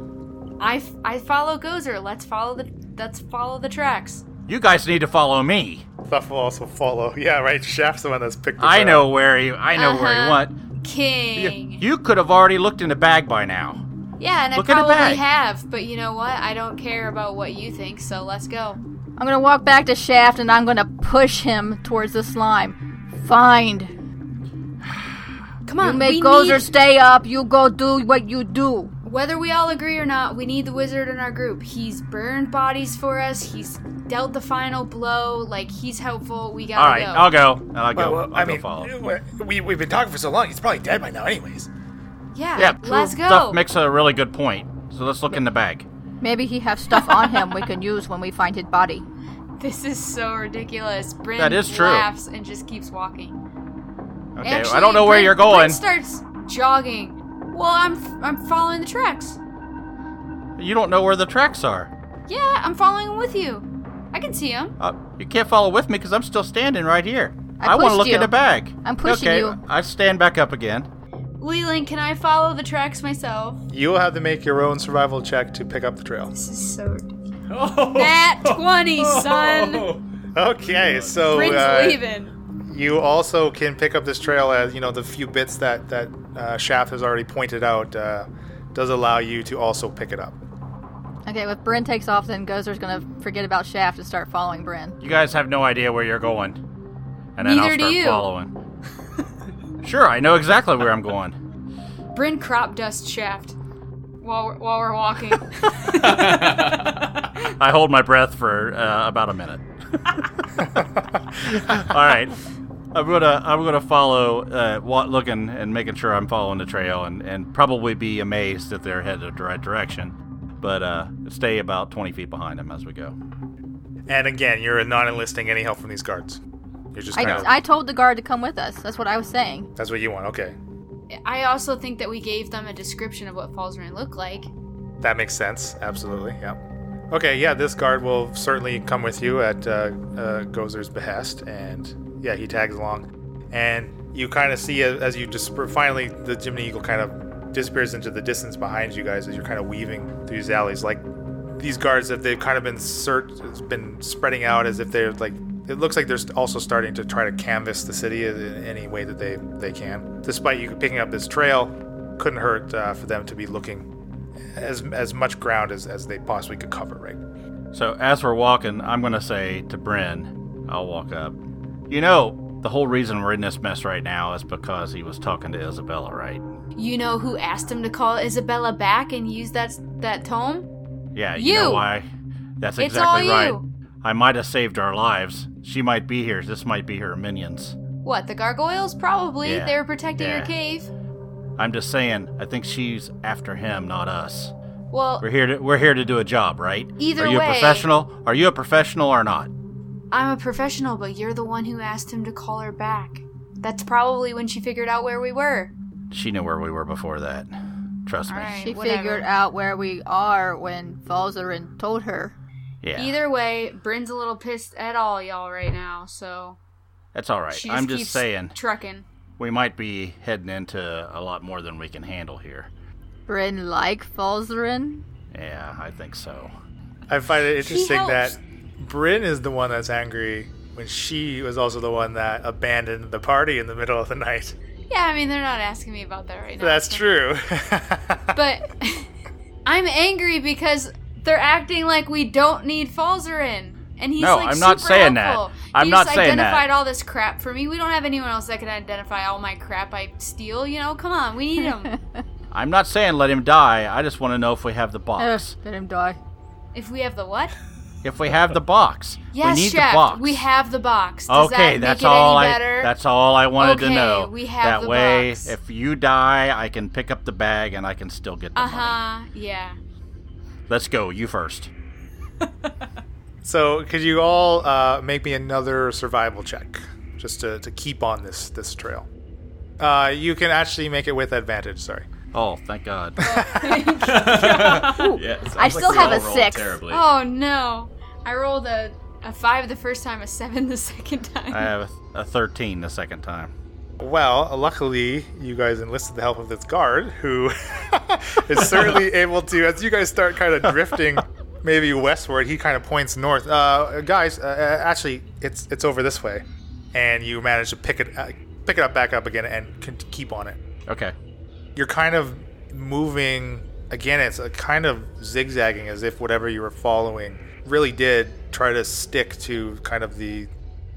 [SPEAKER 4] I, f- I follow Gozer. Let's follow the let's follow the tracks.
[SPEAKER 5] You guys need to follow me.
[SPEAKER 2] Stuff will also follow. Yeah, right. Shaft's the one that's picked.
[SPEAKER 5] I know where he. I know where he
[SPEAKER 4] Uh-huh.
[SPEAKER 5] went. You,
[SPEAKER 4] King.
[SPEAKER 5] you could have already looked in the bag by now.
[SPEAKER 4] yeah, and I
[SPEAKER 5] Look at the
[SPEAKER 4] probably
[SPEAKER 5] bag.
[SPEAKER 4] have, but you know what? I don't care about what you think, so let's go.
[SPEAKER 3] I'm gonna walk back to Shaft and I'm gonna push him towards the slime. Find.
[SPEAKER 4] Come on,
[SPEAKER 3] you make
[SPEAKER 4] we
[SPEAKER 3] goals
[SPEAKER 4] need,
[SPEAKER 3] or stay up. You go do what you do.
[SPEAKER 4] whether we all agree or not, we need the wizard in our group. He's burned bodies for us. He's dealt the final blow. Like he's helpful. We gotta
[SPEAKER 5] All right,
[SPEAKER 4] go.
[SPEAKER 5] I'll go. And I'll go.
[SPEAKER 7] Well, well,
[SPEAKER 5] I'll
[SPEAKER 7] I
[SPEAKER 5] go
[SPEAKER 7] mean,
[SPEAKER 5] follow.
[SPEAKER 7] we, we've been talking for so long, he's probably dead by now, anyways.
[SPEAKER 4] yeah,
[SPEAKER 5] Yeah, true.
[SPEAKER 4] let's go.
[SPEAKER 5] Duff makes a really good point. So let's look in the bag.
[SPEAKER 3] Maybe he has stuff on him we can use when we find his body.
[SPEAKER 4] this is so ridiculous. Bryn
[SPEAKER 5] That is true.
[SPEAKER 4] laughs and just keeps walking.
[SPEAKER 5] Okay, I
[SPEAKER 4] Actually,
[SPEAKER 5] don't know where
[SPEAKER 4] Brent-
[SPEAKER 5] you're going.
[SPEAKER 4] Brent starts jogging. Well, I'm I'm following the tracks.
[SPEAKER 5] you don't know where the tracks are.
[SPEAKER 4] Yeah, I'm following him with you. I can see him.
[SPEAKER 5] Uh, you can't follow with me because I'm still standing right here.
[SPEAKER 3] I
[SPEAKER 5] want to
[SPEAKER 3] pushed
[SPEAKER 5] look
[SPEAKER 3] you.
[SPEAKER 5] in the bag.
[SPEAKER 3] I'm pushing
[SPEAKER 5] okay,
[SPEAKER 3] you.
[SPEAKER 5] I stand back up again.
[SPEAKER 4] Leland, can I follow the tracks myself?
[SPEAKER 2] You will have to make your own survival check to pick up the trail.
[SPEAKER 4] This is so ridiculous.
[SPEAKER 6] Oh.
[SPEAKER 4] Nat 20, son.
[SPEAKER 5] Oh,
[SPEAKER 2] Okay, so
[SPEAKER 4] Bryn's
[SPEAKER 2] uh,
[SPEAKER 4] leaving.
[SPEAKER 2] you also can pick up this trail as you know the few bits that that uh, Shaft has already pointed out uh, does allow you to also pick it up.
[SPEAKER 3] Okay, if Bryn takes off, then Gozer's gonna forget about Shaft and start following Bryn.
[SPEAKER 5] You guys have no idea where you're going. And then I'll
[SPEAKER 4] Neither
[SPEAKER 5] start
[SPEAKER 4] do you.
[SPEAKER 5] following. sure, I know exactly where I'm going.
[SPEAKER 4] Bryn crop dust shaft while we're, while we're walking.
[SPEAKER 5] I hold my breath for uh, about a minute. All right. I'm gonna I'm gonna follow uh, wa- looking and making sure I'm following the trail and, and probably be amazed that they're headed the right direction, but uh, stay about 20 feet behind them as we go.
[SPEAKER 2] And again, you're not enlisting any help from these guards. You're just kind
[SPEAKER 3] I,
[SPEAKER 2] of
[SPEAKER 3] I told the guard to come with us. That's what I was saying.
[SPEAKER 2] that's what you want. Okay,
[SPEAKER 4] I also think that we gave them a description of what Falls Rain looked like.
[SPEAKER 2] that makes sense. Absolutely. Yeah. Okay. Yeah, this guard will certainly come with you at uh, uh, Gozer's behest, and yeah, he tags along, and you kind of see as, as you just finally the Jimmy Eagle kind of disappears into the distance behind you guys as you're kind of weaving through these alleys like these guards that they've kind of been search has been spreading out as if they're like it looks like they're st- also starting to try to canvas the city in- in any way that they they can despite you picking up this trail couldn't hurt uh, for them to be looking as as much ground as, as they possibly could cover right
[SPEAKER 5] So as we're walking, I'm gonna say to Bryn, I'll walk up. You know, the whole reason we're in this mess right now is because he was talking to Isabella, right?
[SPEAKER 4] You know who asked him to call Isabella back and use that that tome?
[SPEAKER 5] Yeah, you, know
[SPEAKER 4] You!
[SPEAKER 5] why? That's
[SPEAKER 4] It's
[SPEAKER 5] exactly
[SPEAKER 4] all
[SPEAKER 5] right.
[SPEAKER 4] you.
[SPEAKER 5] I might have saved our lives. She might be here. This might be her minions.
[SPEAKER 4] What, the gargoyles? Probably.
[SPEAKER 5] Yeah,
[SPEAKER 4] They were protecting
[SPEAKER 5] yeah.
[SPEAKER 4] your cave.
[SPEAKER 5] I'm just saying. I think she's after him, not us.
[SPEAKER 4] Well,
[SPEAKER 5] We're here to we're here to do a job, right?
[SPEAKER 4] Either
[SPEAKER 5] Are you a
[SPEAKER 4] way-
[SPEAKER 5] professional? Are you a professional or not?
[SPEAKER 4] I'm a professional, but you're the one who asked him to call her back. That's probably when she figured out where we were.
[SPEAKER 5] She knew where we were before that. Trust me.
[SPEAKER 4] All right.
[SPEAKER 3] She
[SPEAKER 4] whatever.
[SPEAKER 3] figured out where we are when Falzarin told her.
[SPEAKER 5] Yeah.
[SPEAKER 4] Either way, Bryn's a little pissed at all y'all right now, so
[SPEAKER 5] That's all right.
[SPEAKER 4] she just
[SPEAKER 5] I'm just
[SPEAKER 4] keeps
[SPEAKER 5] saying
[SPEAKER 4] Trucking.
[SPEAKER 5] we might be heading into a lot more than we can handle here.
[SPEAKER 3] Bryn like Falzarin?
[SPEAKER 5] Yeah, I think so.
[SPEAKER 2] I find it interesting
[SPEAKER 4] helps.
[SPEAKER 2] that Bryn is the one that's angry when she was also the one that abandoned the party in the middle of the night.
[SPEAKER 4] Yeah, I mean they're not asking me about that right now.
[SPEAKER 2] That's
[SPEAKER 4] so-
[SPEAKER 2] true.
[SPEAKER 4] But I'm angry because they're acting like we don't need Falzarin. And he's
[SPEAKER 5] No,
[SPEAKER 4] like
[SPEAKER 5] I'm not
[SPEAKER 4] super
[SPEAKER 5] saying that.
[SPEAKER 4] helpful.
[SPEAKER 5] I'm
[SPEAKER 4] he
[SPEAKER 5] not
[SPEAKER 4] just
[SPEAKER 5] saying that.
[SPEAKER 4] identified all this crap for me. We don't have anyone else that can identify all my crap I steal. You know, come on, we need him.
[SPEAKER 5] I'm not saying let him die. I just want to know if we have the box.
[SPEAKER 3] Let him die.
[SPEAKER 4] if we have the what?
[SPEAKER 5] If we have the box,
[SPEAKER 4] Yes,
[SPEAKER 5] we need
[SPEAKER 4] Shaft,
[SPEAKER 5] the box.
[SPEAKER 4] we have the box. Does that
[SPEAKER 5] Okay,
[SPEAKER 4] make
[SPEAKER 5] that's
[SPEAKER 4] it
[SPEAKER 5] all
[SPEAKER 4] any
[SPEAKER 5] I.
[SPEAKER 4] better?
[SPEAKER 5] That's all I wanted to
[SPEAKER 4] Okay,
[SPEAKER 5] know.
[SPEAKER 4] we have
[SPEAKER 5] that
[SPEAKER 4] the
[SPEAKER 5] way,
[SPEAKER 4] box.
[SPEAKER 5] if you die, I can pick up the bag and I can still get the
[SPEAKER 4] Uh
[SPEAKER 5] money.
[SPEAKER 4] huh. Yeah.
[SPEAKER 5] Let's go. You first.
[SPEAKER 2] so, could you all uh, make me another survival check just to, to keep on this this trail? Uh, you can actually make it with advantage. Sorry.
[SPEAKER 5] Oh, thank God.
[SPEAKER 6] Yeah, it sounds
[SPEAKER 3] I still
[SPEAKER 6] we
[SPEAKER 3] have
[SPEAKER 6] all
[SPEAKER 3] a
[SPEAKER 6] rolled
[SPEAKER 3] six.
[SPEAKER 6] Terribly.
[SPEAKER 4] Oh no, I rolled a a five the first time, a seven the second time.
[SPEAKER 5] I have a, a 13 the second time.
[SPEAKER 2] Well, luckily, you guys enlisted the help of this guard who is certainly able to, as you guys start kind of drifting maybe westward, he kind of points north. Uh, guys, uh, uh, actually, it's it's over this way. And you manage to pick it, uh, pick it up back up again and can keep on it.
[SPEAKER 5] Okay.
[SPEAKER 2] You're kind of moving, again, it's a kind of zigzagging as if whatever you were following really did try to stick to kind of the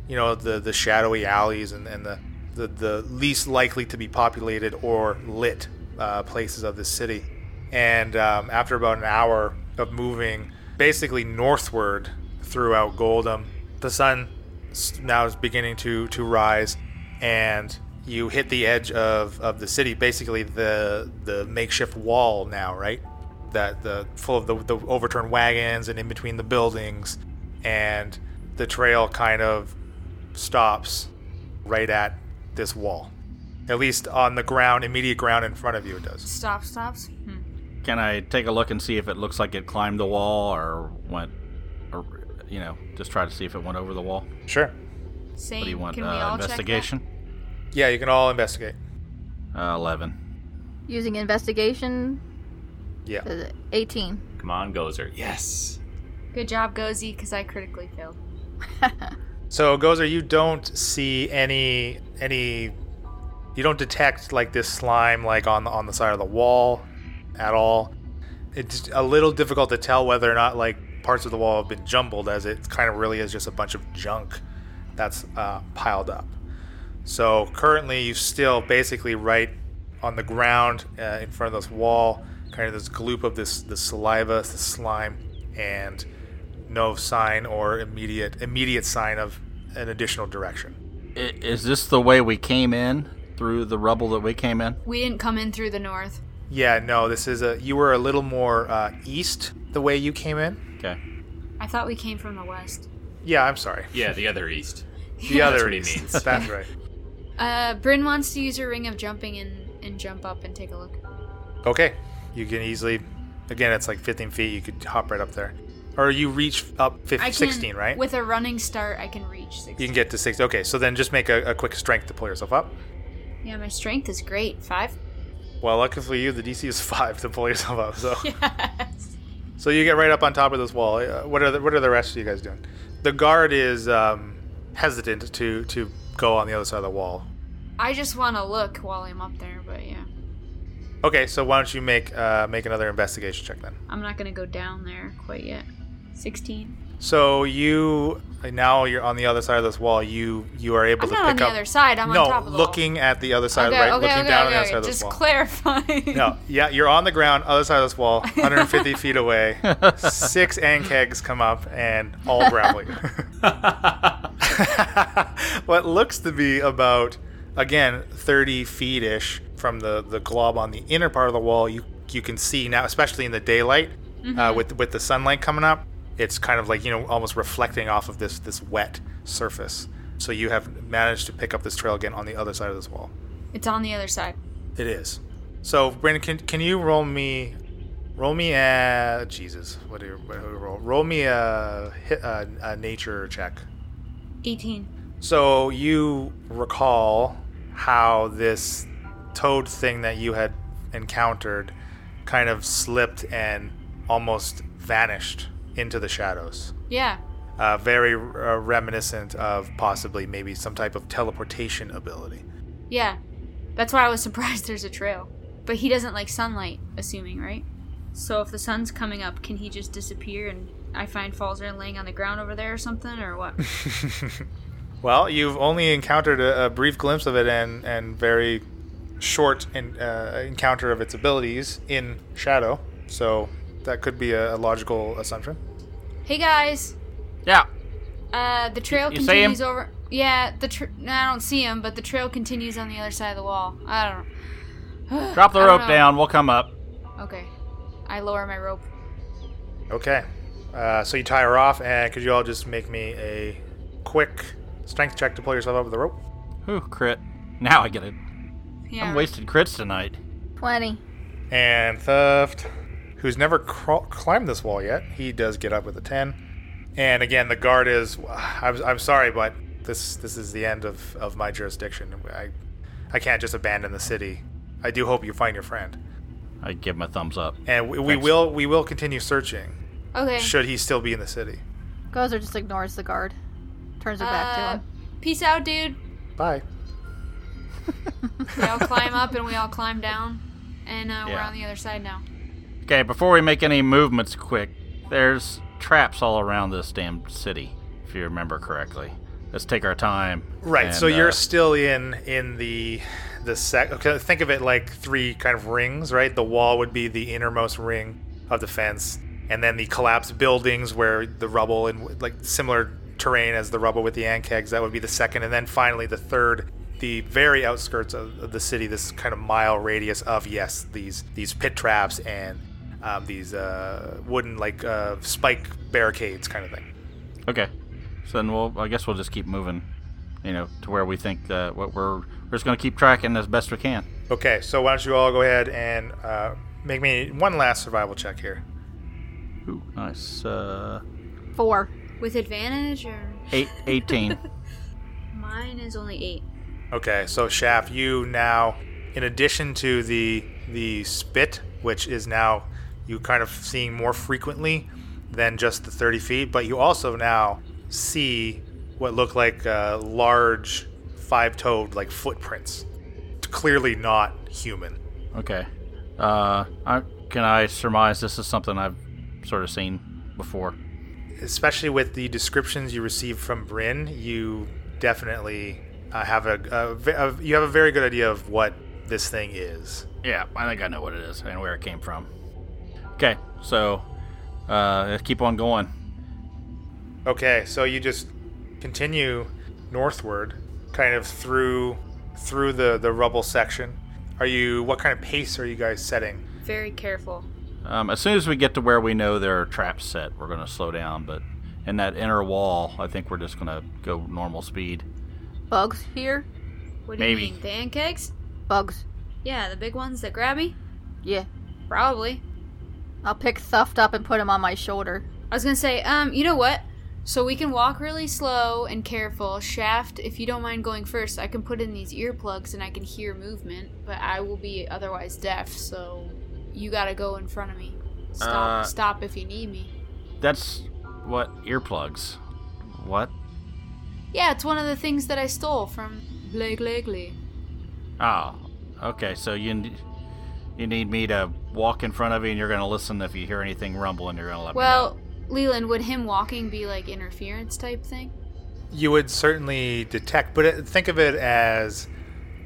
[SPEAKER 2] you know the the shadowy alleys and, and the, the the least likely to be populated or lit uh, places of this city. And um, after about an hour of moving, basically northward throughout Goldham, the sun s- now is beginning to to rise, and you hit the edge of, of the city, basically the the makeshift wall now, right? That the full of the, the overturned wagons and in between the buildings, and the trail kind of stops right at this wall. At least on the ground, immediate ground in front of you, it does.
[SPEAKER 4] Stop, stops. Hmm.
[SPEAKER 5] Can I take a look and see if it looks like it climbed the wall or went, or you know, just try to see if it went over the wall?
[SPEAKER 2] Sure.
[SPEAKER 4] Same.
[SPEAKER 5] What do you want?
[SPEAKER 4] Can we
[SPEAKER 5] Uh,
[SPEAKER 4] all
[SPEAKER 5] investigation.
[SPEAKER 2] Yeah, you can all investigate.
[SPEAKER 5] Uh, Eleven.
[SPEAKER 3] Using investigation,
[SPEAKER 2] Yeah.
[SPEAKER 3] uh, 18.
[SPEAKER 6] Come on, Gozer. Yes.
[SPEAKER 4] Check that? Good job, Gozy, because I critically failed.
[SPEAKER 2] So Gozer, you don't see any any you don't detect like this slime like on the on the side of the wall at all. It's a little difficult to tell whether or not uh, like parts of the wall have been jumbled as it kind of really is just a bunch of junk that's uh, piled up. So currently you still basically right on the ground uh, in front of this wall, kind of this gloop of this this saliva, this slime, and no sign or immediate immediate sign of an additional direction.
[SPEAKER 5] I- is this the way we came in through the rubble that we came in?
[SPEAKER 4] We didn't come in through the north.
[SPEAKER 2] Yeah, no, this is a you were a little more uh, east the way you came in.
[SPEAKER 5] Okay.
[SPEAKER 4] I thought we came from the west.
[SPEAKER 2] Yeah, I'm sorry.
[SPEAKER 6] Yeah, the other east.
[SPEAKER 2] The other
[SPEAKER 6] That's what he
[SPEAKER 2] east.
[SPEAKER 6] means.
[SPEAKER 2] That's right.
[SPEAKER 4] Uh, Bryn wants to use her ring of jumping and, and jump up and take a look.
[SPEAKER 2] Okay, you can easily. Again, it's like 15 feet. You could hop right up there, or you reach up 15, 16, right?
[SPEAKER 4] With a running start, I can reach 16.
[SPEAKER 2] you can get to six. Okay, so then just make a, a quick strength to pull yourself up.
[SPEAKER 4] yeah, my strength is great. Five?
[SPEAKER 2] Well, lucky for you, the DC is five to pull yourself up. So, so you get right up on top of this wall. Uh, what are the, what are the rest of you guys doing? The guard is um, hesitant to to go on the other side of the wall.
[SPEAKER 4] I just want to look while I'm up there, but yeah.
[SPEAKER 2] Okay, so why don't you make uh, make another investigation check then?
[SPEAKER 4] I'm not going to go down there quite yet. 16.
[SPEAKER 2] So you now you're on the other side of this wall. You you are able
[SPEAKER 4] I'm
[SPEAKER 2] to
[SPEAKER 4] not
[SPEAKER 2] pick
[SPEAKER 4] on the
[SPEAKER 2] up.
[SPEAKER 4] other side. I'm
[SPEAKER 2] no,
[SPEAKER 4] on top of the
[SPEAKER 2] looking at the other side,
[SPEAKER 4] wall. Okay,
[SPEAKER 2] right?
[SPEAKER 4] okay,
[SPEAKER 2] looking
[SPEAKER 4] okay,
[SPEAKER 2] down on
[SPEAKER 4] okay,
[SPEAKER 2] the other side of this
[SPEAKER 4] Just
[SPEAKER 2] wall.
[SPEAKER 4] clarifying.
[SPEAKER 2] no, yeah, you're on the ground, other side of this wall, 150 feet away. Six and kegs come up and all gravel you. what looks to be about again 30 feet ish from the the glob on the inner part of the wall you you can see now especially in the daylight uh, with with the sunlight coming up it's kind of like you know almost reflecting off of this this wet surface so you have managed to pick up this trail again on the other side of this wall
[SPEAKER 4] It's on the other side.
[SPEAKER 2] it is so brandon can, can you roll me roll me a jesus what do you, what do you roll roll me a, hit- a, a nature check
[SPEAKER 4] 18.
[SPEAKER 2] so you recall how this toad thing that you had encountered kind of slipped and almost vanished into the shadows.
[SPEAKER 4] Yeah.
[SPEAKER 2] Uh, very uh, reminiscent of possibly maybe some type of teleportation ability.
[SPEAKER 4] Yeah. That's why I was surprised there's a trail. But he doesn't like sunlight, assuming, right? So if the sun's coming up, can he just disappear and I find Falzer laying on the ground over there or something or what?
[SPEAKER 2] Well, you've only encountered a, a brief glimpse of it and, and very short in, uh, encounter of its abilities in shadow. So that could be a, a logical assumption.
[SPEAKER 4] hey guys,
[SPEAKER 5] Yeah.
[SPEAKER 4] uh the trail
[SPEAKER 5] You see him?
[SPEAKER 4] continues over Yeah, the tr- no, I don't see him, but the trail continues on the other side of the wall. I don't
[SPEAKER 5] Drop the
[SPEAKER 4] I don't
[SPEAKER 5] rope
[SPEAKER 4] know.
[SPEAKER 5] down. We'll come up.
[SPEAKER 4] Okay. I lower my rope.
[SPEAKER 2] Okay. Uh, so you tie her off, and could you all just make me a quick strength check to pull yourself up with the rope?
[SPEAKER 5] Ooh, crit. Now I get it.
[SPEAKER 4] Yeah.
[SPEAKER 5] I'm wasting crits tonight.
[SPEAKER 3] 20.
[SPEAKER 2] And Theft, who's never craw- climbed this wall yet, he does get up with a 10. And again, the guard is. I'm, I'm sorry, but this this is the end of, of my jurisdiction. I, I can't just abandon the city. I do hope you find your friend.
[SPEAKER 5] I give him a thumbs up.
[SPEAKER 2] And we, we
[SPEAKER 5] Thanks.
[SPEAKER 2] will we will continue searching
[SPEAKER 4] okay.
[SPEAKER 2] should he still be in the city.
[SPEAKER 3] Gozer just ignores the guard, turns her back to
[SPEAKER 4] Uh,
[SPEAKER 3] him.
[SPEAKER 4] peace out, dude.
[SPEAKER 2] Bye.
[SPEAKER 4] We all climb up and we all climb down. And uh, we're
[SPEAKER 5] Yeah.
[SPEAKER 4] on the other side now.
[SPEAKER 5] Okay, before we make any movements quick, there's traps all around this damn city, if you remember correctly. Let's take our time.
[SPEAKER 2] Right.
[SPEAKER 5] And,
[SPEAKER 2] so you're
[SPEAKER 5] uh,
[SPEAKER 2] still in in the the sec. Okay, think of it like three kind of rings, right? The wall would be the innermost ring of the fence, and then the collapsed buildings where the rubble and like similar terrain as the rubble with the ankegs. That would be the second, and then finally the third. The very outskirts of of the city, this kind of mile radius of yes, these these pit traps and um, these uh, wooden like uh, spike barricades, kind of thing.
[SPEAKER 5] Okay. So then we'll, I guess we'll just keep moving, you know, to where we think uh, what we're, we're just going to keep tracking as best we can.
[SPEAKER 2] Okay, so why don't you all go ahead and uh, make me one last survival check here.
[SPEAKER 5] Ooh, nice. Uh,
[SPEAKER 3] Four.
[SPEAKER 4] With advantage or
[SPEAKER 5] eight, 18.
[SPEAKER 4] mine is only eight.
[SPEAKER 2] Okay, so Shaft, you now, in addition to the the spit, which is now you kind of seeing more frequently than just the 30 feet, but you also now see what look like uh, large five-toed like footprints, clearly not human.
[SPEAKER 5] okay. Uh, I, can I surmise this is something I've sort of seen before?
[SPEAKER 2] especially with the descriptions you receive from Bryn, you definitely uh, have a, a ve- a- you have a very good idea of what this thing is.
[SPEAKER 5] Yeah, I think I know what it is and where it came from. Okay, so uh, let's keep on going.
[SPEAKER 2] Okay, so you just continue northward, kind of through through the the rubble section. Are you what kind of pace are you guys setting?
[SPEAKER 4] Very careful.
[SPEAKER 5] Um, as soon as we get to where we know there are traps set, we're going to slow down. But in that inner wall, I think we're just going to go normal speed.
[SPEAKER 3] Bugs here?
[SPEAKER 4] What do
[SPEAKER 5] Maybe.
[SPEAKER 4] you mean? The ankegs?
[SPEAKER 3] Bugs.
[SPEAKER 4] Yeah, the big ones that grab me?
[SPEAKER 3] Yeah.
[SPEAKER 4] Probably.
[SPEAKER 3] I'll pick Thuft up and put him on my shoulder.
[SPEAKER 4] I was gonna say, um, you know what? So we can walk really slow and careful. Shaft, if you don't mind going first, I can put in these earplugs and I can hear movement, but I will be otherwise deaf, so you gotta go in front of me. Stop
[SPEAKER 5] Uh,
[SPEAKER 4] stop if you need me.
[SPEAKER 5] That's what earplugs. What?
[SPEAKER 4] Yeah, it's one of the things that I stole from Blake Legley.
[SPEAKER 5] Oh, okay. So you n- you need me to walk in front of you, and you're going to listen if you hear anything rumble, and you're going to let me
[SPEAKER 4] Well, Leland, would him walking be like interference type thing?
[SPEAKER 2] You would certainly detect, but it, think of it as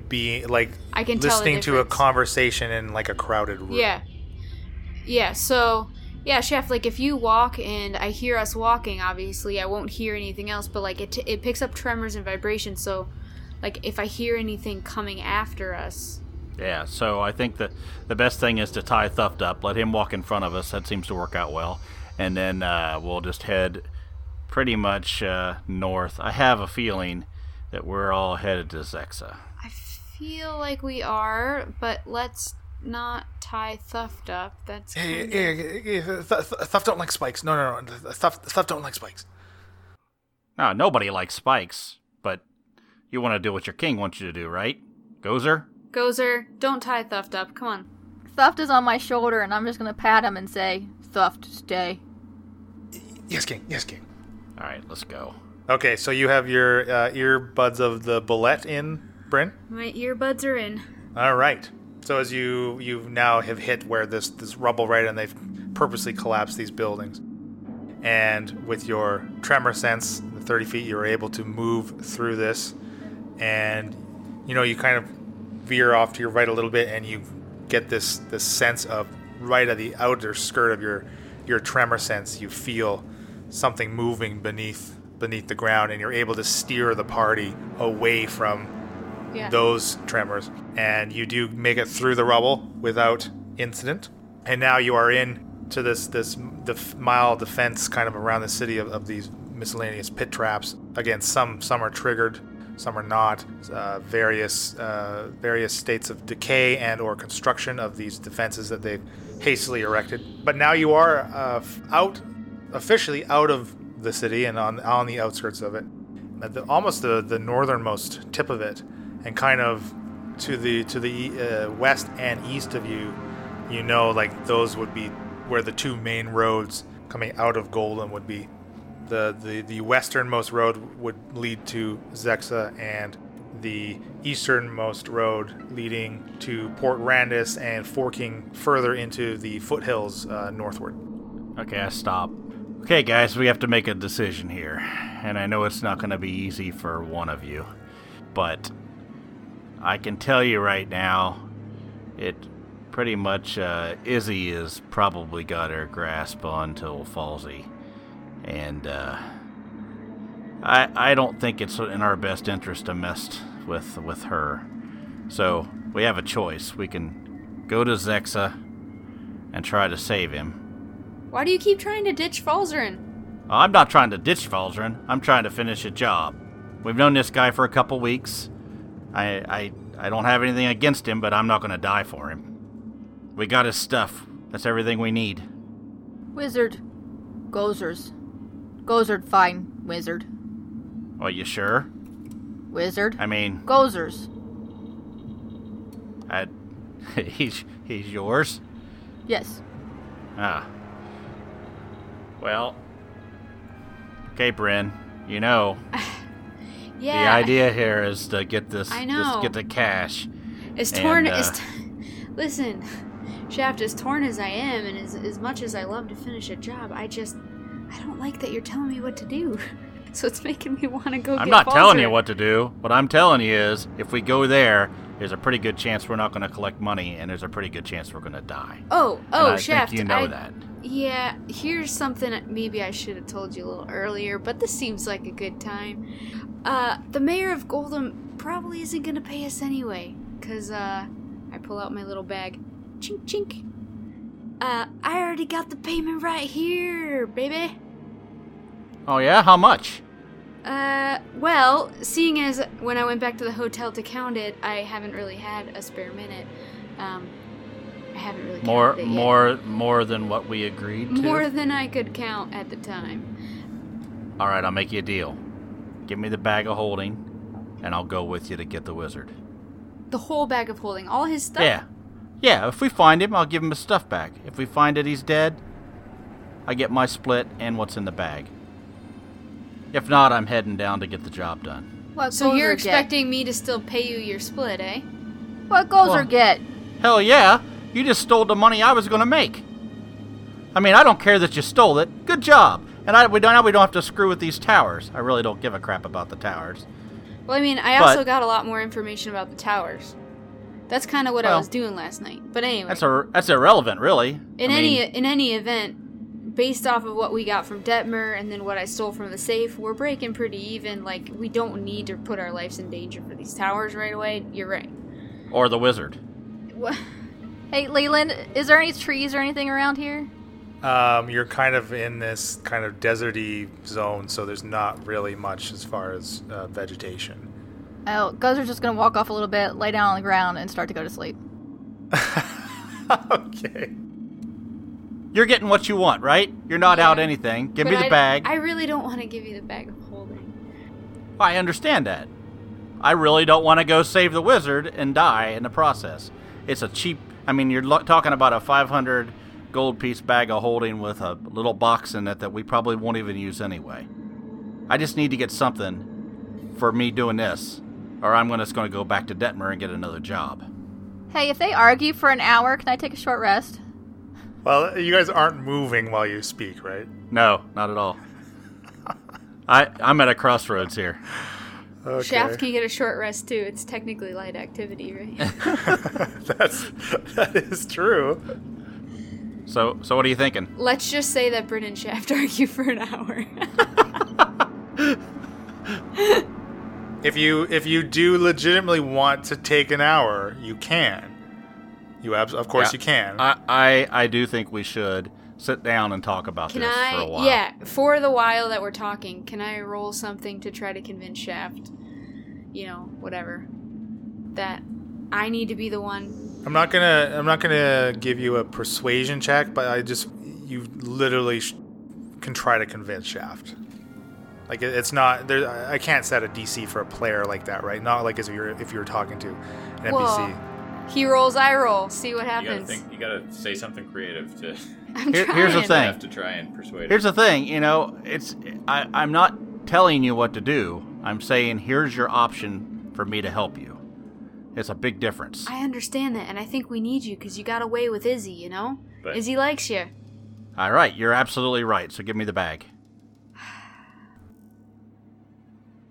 [SPEAKER 2] being like
[SPEAKER 4] I can tell the
[SPEAKER 2] listening to a
[SPEAKER 4] difference.
[SPEAKER 2] conversation in like a crowded room.
[SPEAKER 4] Yeah. Yeah, so yeah, chef, like if you walk and I hear us walking, obviously I won't hear anything else, but like it t- it picks up tremors and vibrations, so like if I hear anything coming after us.
[SPEAKER 5] know. Yeah. So I think that the best thing is to tie Thuft up, let him walk in front of us. That seems to work out well, and then uh, we'll just head pretty much uh, north. I have a feeling that we're all headed to Zexa.
[SPEAKER 4] I feel like we are, but let's not tie Thuft up. That's
[SPEAKER 7] Yeah,
[SPEAKER 4] kind
[SPEAKER 7] yeah, yeah, yeah, Th- th- Thuff don't like spikes. No, no, no. Th- th- Thuff, Thuff don't like spikes.
[SPEAKER 5] No, nobody likes spikes, but you want to do what your king wants you to do, right? Gozer?
[SPEAKER 4] Gozer, don't tie Thuft up. Come on.
[SPEAKER 3] Thuft is on my shoulder, and I'm just going to pat him and say, Thuft, stay.
[SPEAKER 7] Yes, King. Yes, King.
[SPEAKER 5] All right, let's go.
[SPEAKER 2] Okay, so you have your uh, earbuds of the bullet in, Bryn.
[SPEAKER 4] My earbuds are in.
[SPEAKER 2] All right. So as you you now have hit where this this rubble right, and they've purposely collapsed these buildings, and with your tremor sense, the 30 feet, you're able to move through this, and you know you kind of veer off to your right a little bit, and you get this this sense of right at the outer skirt of your your tremor sense, you feel something moving beneath beneath the ground, and you're able to steer the party away from
[SPEAKER 4] Yeah.
[SPEAKER 2] those tremors, and you do make it through the rubble without incident. And now you are in to this this def- mile defense kind of around the city of, of these miscellaneous pit traps. Again, some some are triggered, some are not. Uh, various uh, various states of decay and or construction of these defenses that they've hastily erected. But now you are uh, f- out officially out of the city and on on the outskirts of it at the, almost the, the northernmost tip of it, and kind of to the to the e- uh, west and east of you, you know, like those would be where the two main roads coming out of Golden would be. The the the westernmost road would lead to Zexa, and the easternmost road leading to Port Randis and forking further into the foothills uh, northward.
[SPEAKER 5] Okay, I stop. Okay, guys, we have to make a decision here. And I know it's not going to be easy for one of you. But I can tell you right now, it pretty much uh, Izzy has probably got her grasp on till Falsey. And uh, I, I don't think it's in our best interest to mess with, with her. So we have a choice. We can go to Zexa and try to save him.
[SPEAKER 4] Why do you keep trying to ditch Falzarin?
[SPEAKER 5] Uh, I'm not trying to ditch Falzarin. I'm trying to finish a job. We've known this guy for a couple weeks. I I, I don't have anything against him, but I'm not going to die for him. We got his stuff. That's everything we need.
[SPEAKER 3] Wizard. Gozers. Gozard, fine. Wizard.
[SPEAKER 5] Are you sure?
[SPEAKER 3] Wizard.
[SPEAKER 5] I mean,
[SPEAKER 3] Gozers.
[SPEAKER 5] I, he's he's yours.
[SPEAKER 3] Yes.
[SPEAKER 5] Ah. Well. Okay, Bryn. You know
[SPEAKER 4] Yeah.
[SPEAKER 5] the idea here is to get this,
[SPEAKER 4] I
[SPEAKER 5] this
[SPEAKER 4] know.
[SPEAKER 5] get the cash.
[SPEAKER 4] As
[SPEAKER 5] And,
[SPEAKER 4] torn
[SPEAKER 5] uh,
[SPEAKER 4] as t- listen, Shaft, as torn as I am, and as as much as I love to finish a job, I just I don't like that you're telling me what to do. So it's making me want to go.
[SPEAKER 5] I'm
[SPEAKER 4] get
[SPEAKER 5] not telling you
[SPEAKER 4] Falzarin.
[SPEAKER 5] what to do. What I'm telling you is, if we go there, there's a pretty good chance we're not going to collect money, and there's a pretty good chance we're going to die.
[SPEAKER 4] Oh,
[SPEAKER 5] and
[SPEAKER 4] oh,
[SPEAKER 5] I
[SPEAKER 4] Shaft.
[SPEAKER 5] think you know
[SPEAKER 4] I-
[SPEAKER 5] that.
[SPEAKER 4] Yeah, here's something that maybe I should have told you a little earlier, but this seems like a good time. Uh, the mayor of Goldham probably isn't gonna pay us anyway, cause uh, I pull out my little bag, chink chink. Uh, I already got the payment right here, baby.
[SPEAKER 5] Oh yeah, how much?
[SPEAKER 4] Uh, well, seeing as when I went back to the hotel to count it, I haven't really had a spare minute. Um, I haven't really counted
[SPEAKER 5] More,
[SPEAKER 4] it yet.
[SPEAKER 5] more, more than what we agreed to.
[SPEAKER 4] more than I could count at the time.
[SPEAKER 5] All right, I'll make you a deal. Give me the bag of holding, and I'll go with you to get the wizard.
[SPEAKER 4] The whole bag of holding, all his stuff.
[SPEAKER 5] Yeah, yeah. If we find him, I'll give him his stuff back. If we find that he's dead, I get my split and what's in the bag. If not, I'm heading down to get the job done.
[SPEAKER 3] What
[SPEAKER 4] So you're
[SPEAKER 3] Gozer
[SPEAKER 4] expecting me to still pay you your split, eh?
[SPEAKER 3] Get? What Gozer
[SPEAKER 5] Well-
[SPEAKER 3] get?
[SPEAKER 5] Hell yeah! You just stole the money I was gonna make. I mean, I don't care that you stole it. Good job. And I, we don't, now we don't have to screw with these towers. I really don't give a crap about the towers.
[SPEAKER 4] Well, I mean, I
[SPEAKER 5] But-
[SPEAKER 4] also got a lot more information about the towers. That's kind of what I
[SPEAKER 5] Well-
[SPEAKER 4] was doing last night. But anyway,
[SPEAKER 5] That's a, that's irrelevant, really.
[SPEAKER 4] in
[SPEAKER 5] I
[SPEAKER 4] any
[SPEAKER 5] mean-
[SPEAKER 4] in any event, based off of what we got from Detmer and then what I stole from the safe, we're breaking pretty even. Like we don't need to put our lives in danger for these towers right away. You're right.
[SPEAKER 5] or the wizard.
[SPEAKER 4] Wha-
[SPEAKER 3] Hey, Leland, is there any trees or anything around here?
[SPEAKER 2] Um, you're kind of in this kind of deserty zone, so there's not really much as far as uh, vegetation.
[SPEAKER 3] Oh, Gozer's just gonna walk off a little bit, lay down on the ground, and start to go to sleep.
[SPEAKER 2] okay.
[SPEAKER 5] You're getting what you want, right? You're not out anything. Give me
[SPEAKER 4] but
[SPEAKER 5] the
[SPEAKER 4] I-
[SPEAKER 5] bag.
[SPEAKER 4] I
[SPEAKER 5] I,
[SPEAKER 4] really don't want to give you the bag of holding.
[SPEAKER 5] understand that. I really don't want to go save the wizard and die in the process. It's a cheap. I mean, you're lo- talking about a 500 gold piece bag of holding with a little box in it that we probably won't even use anyway. I just need to get something for me doing this, or I'm gonna- just going to go back to Detmer and get another job.
[SPEAKER 3] Hey, if they argue for an hour, can I take a short rest?
[SPEAKER 2] Well, you guys aren't moving while you speak, right?
[SPEAKER 5] No, not at all. I, I'm at a crossroads here.
[SPEAKER 2] Okay.
[SPEAKER 4] Shaft can get a short rest too. It's technically light activity, right?
[SPEAKER 2] That's that is true.
[SPEAKER 5] So, so what are you thinking?
[SPEAKER 4] Let's just say that Bryn and Shaft argue for an hour.
[SPEAKER 2] If you if you do legitimately want to take an hour, you can. You abs- of course you
[SPEAKER 5] Yeah.
[SPEAKER 2] can.
[SPEAKER 5] I, I I do think we should sit down and talk about
[SPEAKER 4] Can
[SPEAKER 5] this
[SPEAKER 4] I?
[SPEAKER 5] for a while.
[SPEAKER 4] Yeah, for the while that we're talking, can I roll something to try to convince Shaft, you know, whatever, that I need to be the one?
[SPEAKER 2] I'm not gonna I'm not gonna give you a persuasion check, but I just you literally sh- can try to convince Shaft. Like it- it's not there. I I can't set a DC for a player like that, right? Not like as if you're if you're talking to an NPC.
[SPEAKER 4] He rolls, I roll, see what
[SPEAKER 6] You gotta
[SPEAKER 4] happens.
[SPEAKER 6] think. You gotta say something creative to
[SPEAKER 4] I'm
[SPEAKER 5] Here-
[SPEAKER 4] trying.
[SPEAKER 5] here's the thing.
[SPEAKER 6] have to try and persuade.
[SPEAKER 5] Here's
[SPEAKER 6] him.
[SPEAKER 5] the thing, you know, it's I, I'm not telling you what to do. I'm saying here's your option for me to help you. It's a big difference.
[SPEAKER 4] I understand that, and I think we need you because you got away with Izzy, you know.
[SPEAKER 6] But-
[SPEAKER 4] Izzy likes you.
[SPEAKER 5] All right, you're absolutely right. So give me the bag.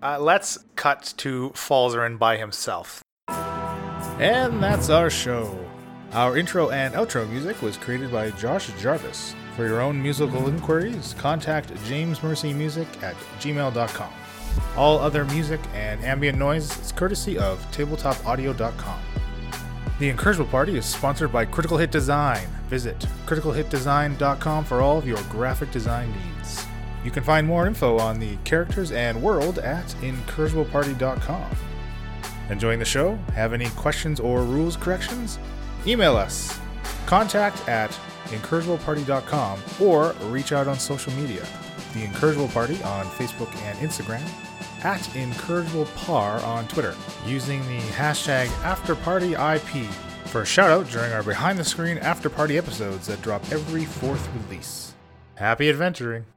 [SPEAKER 8] Uh, let's cut to Falzarin by himself.
[SPEAKER 2] And that's our show. Our intro and outro music was created by Josh Jarvis. For your own musical inquiries, contact jamesmercymusic at gmail.com. All other music and ambient noise is courtesy of tabletopaudio.com. The Incursible Party is sponsored by Critical Hit Design. Visit criticalhitdesign.com for all of your graphic design needs. You can find more info on the characters and world at incursibleparty.com. Enjoying the show? Have any questions or rules corrections? Email us contact at incursibleparty.com or reach out on social media. The Incursible Party on Facebook and Instagram, at IncurgiblePar on Twitter, using the hashtag AfterPartyIP for a shout out during our behind the screen after party episodes that drop every fourth release. Happy adventuring!